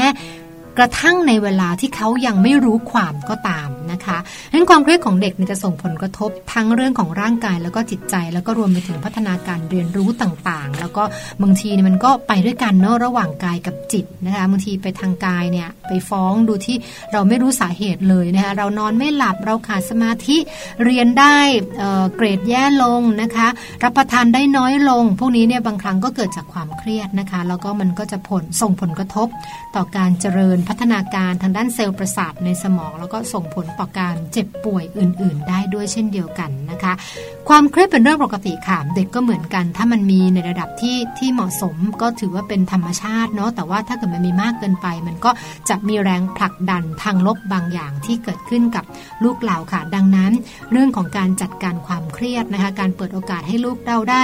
Speaker 8: กระทั่งในเวลาที่เขายังไม่รู้ความก็ตามนะคะดังนั้นความเครียดของเด็กเนี่ยจะส่งผลกระทบทั้งเรื่องของร่างกายแล้วก็จิตใจ แล้วก็รวมไปถึงพัฒนาการเรียนรู้ต่างๆ แล้วก็บางทีเนี่ยมันก็ไปด้วยกันเนอะระหว่างกายกับจิตนะคะบางทีไปทางกายเนี่ยไปฟ้องดูที่เราไม่รู้สาเหตุเลยนะคะเรานอนไม่หลับเราขาดสมาธิเรียนได้เอ่อเกรดแย่ลงนะคะ รับประทานได้น้อยลง พวกนี้เนี่ยบางครั้งก็เกิดจากความเครียดนะคะ แล้วก็มันก็จะผลส่งผลกระทบ ต่อการเจริญพัฒนาการทางด้านเซลล์ประสาทในสมอง แล้วก็ส่งผลต่อการเจ็บป่วยอื่น ๆ ได้ด้วยเช่นเดียวกันนะคะ ความเครียดเป็นเรื่องปกติค่ะ เด็กก็เหมือนกัน ถ้ามันมีในระดับที่ที่เหมาะสมก็ถือว่าเป็นธรรมชาติเนาะแต่ว่าถ้าเกิดมันมีมากเกินไป มันก็จะมีแรงผลักดันทางลบบางอย่างที่เกิดขึ้นกับลูกเราค่ะ ดังนั้น เรื่องของการจัดการความเครียดนะคะ การเปิดโอกาสให้ลูกเราได้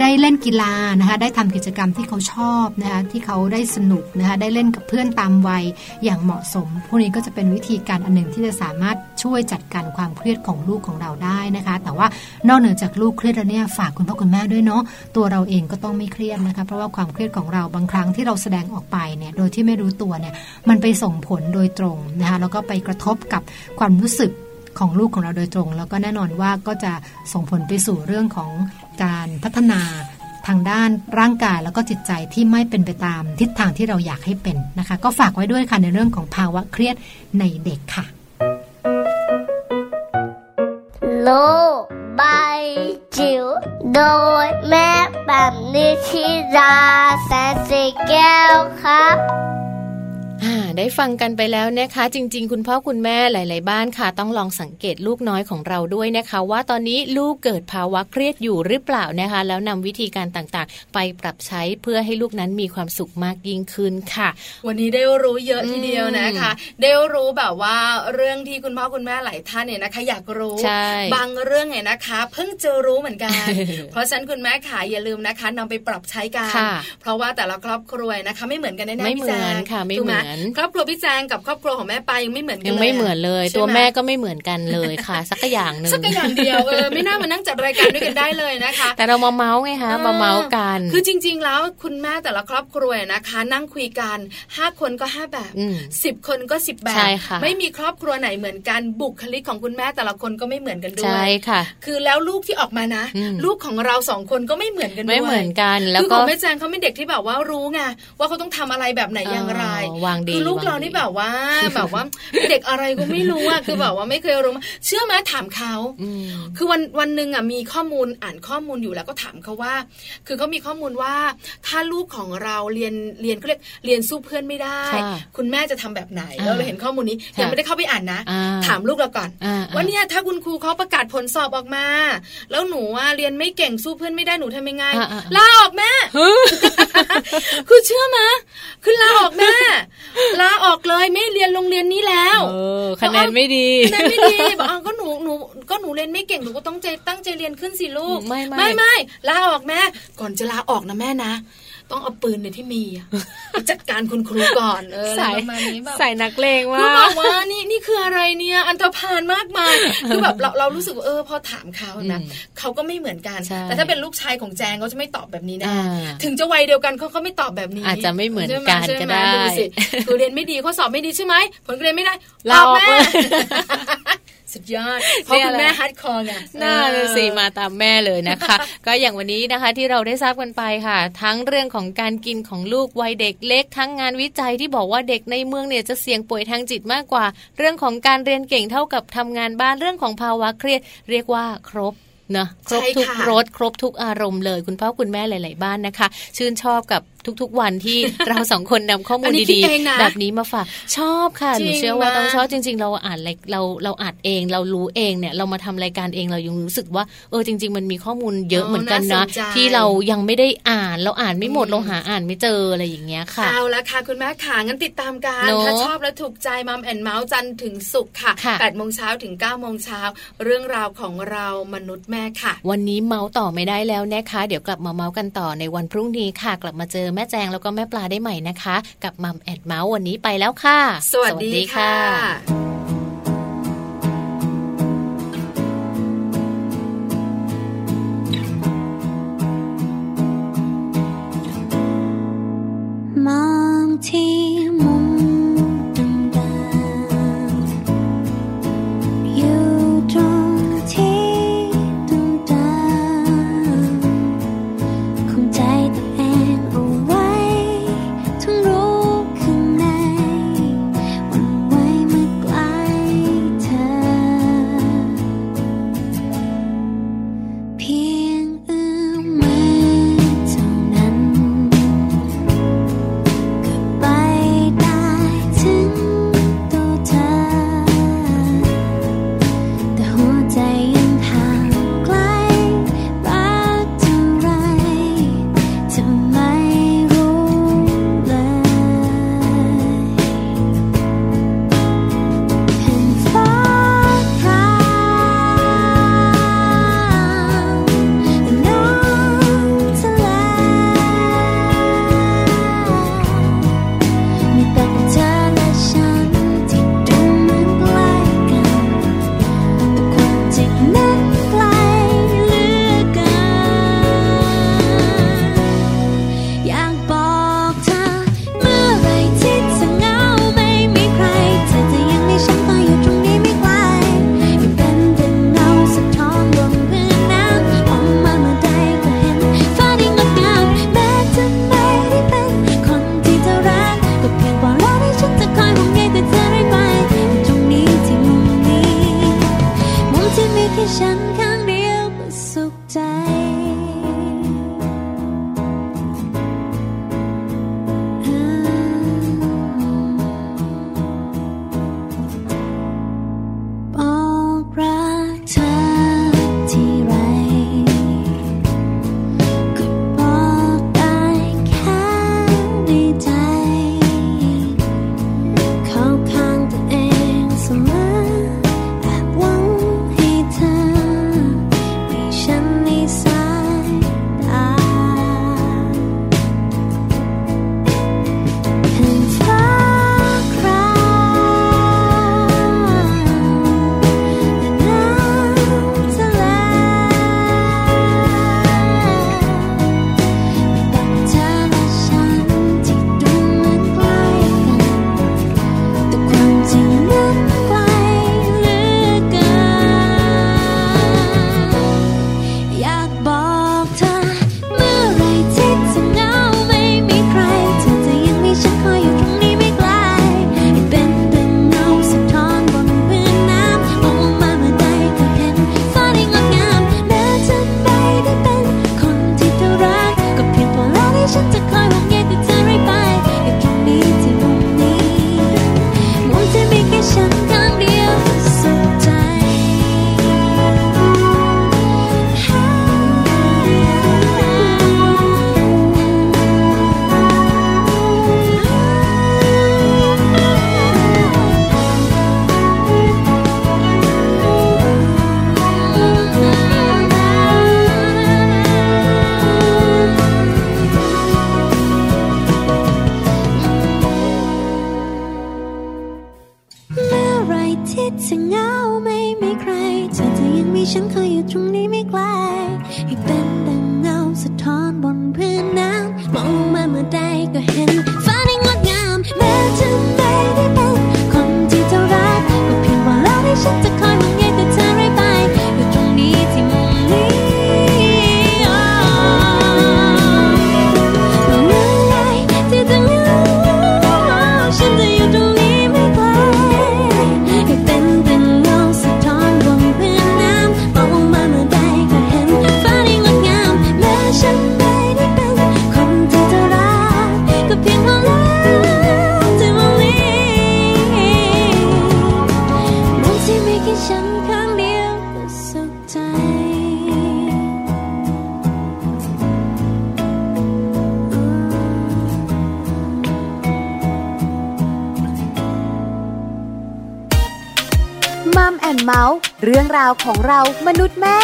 Speaker 8: ได้เล่นกีฬานะคะ ได้ทำกิจกรรมที่เขาชอบนะคะ ที่เขาได้สนุกนะคะ ได้เล่นกับเพื่อนตามวัยอย่างเหมาะสม พวกนี้ก็จะเป็นวิธีการอันหนึ่งที่จะสามารถช่วยจัดการความเครียดของลูกของเราได้นะคะ แต่ว่านอกเหนือจากลูกเครียดแล้วเนี่ยฝากคุณพ่อคุณแม่ด้วยเนาะ ตัวเราเองก็ต้องไม่เครียดนะคะ เพราะว่าความเครียดของเราบางครั้งที่เราแสดงออกไปเนี่ย โดยที่ไม่รู้ตัวเนี่ย มันไปส่งผลโดยตรงนะคะ แล้วก็ไปกระทบกับความรู้สึก ของลูกของเราโดยตรง แล้วก็แน่นอนว่าก็จะส่งผลไปสู่เรื่องของการพัฒนาทางด้านร่างกายแล้วก็จิตใจที่ไม่เป็นไปตามทิศทางที่เราอยากให้เป็นนะคะ ก็ฝากไว้ด้วยค่ะในเรื่องของภาวะเครียดในเด็กค่ะ
Speaker 7: โลกใบจิ๋วโดยแม่แบบนิชิราแสนสีแก้วครับ
Speaker 4: อ่าได้ฟังกันไปแล้วนะคะ จริง ๆ คุณพ่อคุณแม่หลาย ๆ บ้านค่ะ ต้องลองสังเกตลูกน้อยของเราด้วยนะคะ ว่าตอนนี้ลูกเกิดภาวะเครียดอยู่หรือเปล่านะคะ แล้วนำวิธีการต่างๆ ไปปรับใช้เพื่อให้ลูกนั้นมีความสุขมากยิ่งขึ้นค่ะ
Speaker 6: วันนี้ได้รู้เยอะทีเดียวนะคะ ได้รู้แบบว่าเรื่องที่คุณพ่อคุณแม่หลายท่านเนี่ยนะคะ อยากรู้
Speaker 4: ใช่
Speaker 6: บางเรื่องเนี่ยนะคะ เพิ่งจะรู้เหมือนกัน เพราะฉะนั้นคุณแม่ขาอย่าลืมนะคะนำไปปรับใช้กัน
Speaker 4: ค่ะ
Speaker 6: เพราะว่าแต่ละครอบครัวนะคะ ไม่เหมือนกันแน่ๆ
Speaker 4: ไม่
Speaker 6: พี่
Speaker 4: เหมื
Speaker 6: แจ
Speaker 4: อน
Speaker 6: ง
Speaker 4: ค่ะไม่
Speaker 6: ถูก
Speaker 4: เหมือน
Speaker 6: ครอบครัวพี่แจงกับครอบครัวของแม่ไปายังไม่เหมือนกัน
Speaker 4: ยังไม่เหมือนเลย
Speaker 6: ใช่
Speaker 4: ตัว
Speaker 6: ไห
Speaker 4: แม่ก็ไม่เหมือนกันเลยค่ะ สักอย่างหนึ่ง
Speaker 6: สักอย่างเดียวเออไม่น่ามานั่งจัดรายการด้วยกันได้เลยนะคะ
Speaker 4: แต่เรามาเมาส์ไงคะมาเมาส์กัน
Speaker 6: คือจริง ๆ แล้วคุณแม่แต่ละครอบครัวนะคะ นั่งคุยกัน 5 คนก็ 5 แบบ
Speaker 4: อืม
Speaker 6: สิบคนก็ 10 แบบ
Speaker 4: ใช่ค่ะ
Speaker 6: ไม่มีครอบครัวไหนเหมือนกันบุคลิกของคุณแม่แต่ละคนก็ไม่เหมือนกันด้ว
Speaker 4: ใช่
Speaker 6: ย
Speaker 4: ค่ะ
Speaker 6: คือแล้วลูกที่ออกมานะ
Speaker 4: อืม
Speaker 6: ลูกของเราสองคนก็ไม่เหมือนกันด้วย
Speaker 4: ไม่เหมือนกัน
Speaker 6: คือ
Speaker 4: แล้ว
Speaker 6: ข
Speaker 4: ก็
Speaker 6: องแม่แจงเขาเป็นเด็กที่แบบว่ารู้ไงว่าเขาต้องทำอะไรแบบไหนอย่างไร
Speaker 4: อ๋อวางดี
Speaker 6: คือ ลูกเรานี่แบบว่า แบบว่าเด็กอะไรก็ไม่รู้อะคือแบบว่าไม่เคยรู้มาเชื่อไหมถามเขา
Speaker 4: อืม
Speaker 6: คือวันวันหนึ่งอ่ะมีข้อมูลอ่านข้อมูลอยู่แล้วก็ถามเขาว่า คือเขามีข้อมูลว่า ถ้าลูกของเราเรียนเรียนเขาเรียกเรียนสู้เพื่อนไม่ได้
Speaker 4: ค่ะ
Speaker 6: คุณแม่จะทำแบบไหน
Speaker 4: อ่า
Speaker 6: แล้วเราเห็นข้อมูลนี้
Speaker 4: ค่ะ
Speaker 6: ยังไม่ได้เข้าไปอ่านนะ
Speaker 4: อ่า
Speaker 6: ถามลูกเราก่อน
Speaker 4: อ่า
Speaker 6: ว่าเนี่ยถ้าคุณครูเขาประกาศผลสอบออกมา แล้วหนูอ่ะเรียนไม่เก่งสู้เพื่อนไม่ได้หนูทำยังไง
Speaker 4: อ่าอ่า
Speaker 6: ลาออกแม่ คือเชื่อมะคือลาออกแม่ลาออกเลยไม่เรียนโรงเรียนนี้แล้ว
Speaker 4: เออคะแนนไม่ดี
Speaker 6: คะแนนไม่ดีบอกเอาก็หนูหนูก็หนูเรียนไม่เก่งหนูก็ต้องใจตั้งใจเรียนขึ้นสิลูก
Speaker 4: ไม่ไม่
Speaker 6: ไม่ลาออกแม่ ก่อนจะลาออกนะแม่นะ ต้องเอาปืนในยที่มีอะไปจัดการคุณครูก่อนเอออะไร
Speaker 4: สาย
Speaker 6: ประมาณนี้แบบ
Speaker 4: สายนักเลง
Speaker 6: คือ
Speaker 4: ว่า
Speaker 6: บอกว่านี่นี่คืออะไรเนี่ย อันตรพานมากมาย คือแบบเราเรารู้สึกว่าเออพอถามเขาเห็นะ
Speaker 4: อืม
Speaker 6: เขาก็ไม่เหมือนกัน
Speaker 4: ใช่
Speaker 6: แต่ถ้าเป็นลูกชายของแจงเขาจะไม่ตอบแบบนี้แนะ
Speaker 4: อ่า
Speaker 6: ถึงจะวัยเดียวกันเขาก็ไม่ตอบแบบนี้
Speaker 4: อาจจะไม่เหมือนกัน
Speaker 6: ใช่ห
Speaker 4: ก็
Speaker 6: ม
Speaker 4: ได้
Speaker 6: ใช่หมสิคือเรียนไม่ดีข้อสอบไม่ดีใช่ไหมผลเรียนไม่ได้
Speaker 4: ลาออก
Speaker 6: แม่
Speaker 4: เลย
Speaker 6: สุดยอด เพราะ
Speaker 4: เนี่ย
Speaker 6: คุ
Speaker 4: แห
Speaker 6: ณ
Speaker 4: ละ
Speaker 6: แม่ฮาร์ดคอร์ไง
Speaker 4: น่า
Speaker 6: เอ
Speaker 4: จะ
Speaker 6: อ
Speaker 4: สิมาตามแม่เลยนะคะ ก็อย่างวันนี้นะคะที่เราได้ทราบกันไปค่ะ ทั้งเรื่องของการกินของลูกวัยเด็กเล็ก ทั้งงานวิจัยที่บอกว่าเด็กในเมืองเนี่ยจะเสี่ยงป่วยทางจิตมากกว่า เรื่องของการเรียนเก่งเท่ากับทำงานบ้านเรื่องของภาวะเครียด เรียกว่าครบเนอะครบ
Speaker 6: ใช่
Speaker 4: ทุก
Speaker 6: ค่ะ
Speaker 4: รสครบทุกอารมณ์เลย คุณพ่อคุณแม่หลาย ๆ บ้านนะคะ ชื่นชอบกับทุกๆวันที่ เราสองคนนำข้อมู
Speaker 6: อั
Speaker 4: ล
Speaker 6: นนี้คิด
Speaker 4: ดี
Speaker 6: เองนะ
Speaker 4: ๆแบบนี้มาฝากชอบค่ะหนู
Speaker 6: จริง
Speaker 4: เชื่อว่าต้อง
Speaker 6: นะ
Speaker 4: ชอบ จริงๆ เราอ่านอะไรเราเราอ่านเองเรารู้เองเนี่ยเรามาทำรายการเองเรายังรู้สึกว่าเออจริง ๆ มันมีข้อมูลเยอะ
Speaker 6: เออ
Speaker 4: เหมือนกันนะ
Speaker 6: น่าสนใจ
Speaker 4: ที่เรายังไม่ได้อ่านเราอ่านไม่หมดเราหาอ่านไม่เจออะไรอย่างเงี้ยค่ะ
Speaker 6: เอาละค่ะ คุณแม่ขางั้นติดตามกัน
Speaker 4: เนอะ
Speaker 6: ถ้าชอบและถูกใจมัมแอนเมาส์จันทร์ถึงศุกร์ค่ะ
Speaker 4: ค่ะ
Speaker 6: 8โมงเช้าถึง9โมงเช้าเรื่องราวของเรามนุษย์แม่ค่ะ
Speaker 4: วันนี้เมาส์ต่อไม่ได้แล้วนะคะ เดี๋ยวกลับมาเมาส์กันต่อในวันพรุ่งนี้ค่ะ กลับมาเจอแม่แจงแล้วก็แม่ปลาได้ใหม่นะคะ กับมัมแอนเมาส์วันนี้ไปแล้วค่ะ
Speaker 6: สวัสดีค่ะ
Speaker 2: มองที่มุมต่างๆอยู่ตรงที่ต่างๆคงใจตัวเองเอาไว้ทั้งรู้ข้างในหวันไหวเมื่อไกล
Speaker 9: ที่จะเหงาไม่มีใครเธอจะยังมีฉันคอยอยู่ตรงนี้ไม่ไกลให้เป็นดังเงาสะท้อนบนพื้นน้ำมองมาเมื่อใดก็เห็นฟ้าในงดงามแม้จะไม่ได้เป็นคนที่เธอรักก็เพียงว่าเราที่ฉันจะคอยมองไงแต่เธอไร้ไปอยู่ตรงนี้ที่มุมนี้ เมื่อไรที่จะเหงาฉันจะอยู่ตรงนี้ไม่ไกลให้เป็นดังเงาสะท้อนบนพื้นน้ำมองมาเมื่อใดก็เห็นฟ้าที่งดงามแม้ฉันไม่ได้เป็นคนที่เธอรักก็เพียงพอแล้วที่วันนี้วันที่มีแค่ฉันครั้งเดียวก็สุขใจ
Speaker 2: มัมแอนเมาส์เรื่องราวของเรามนุษย์แม่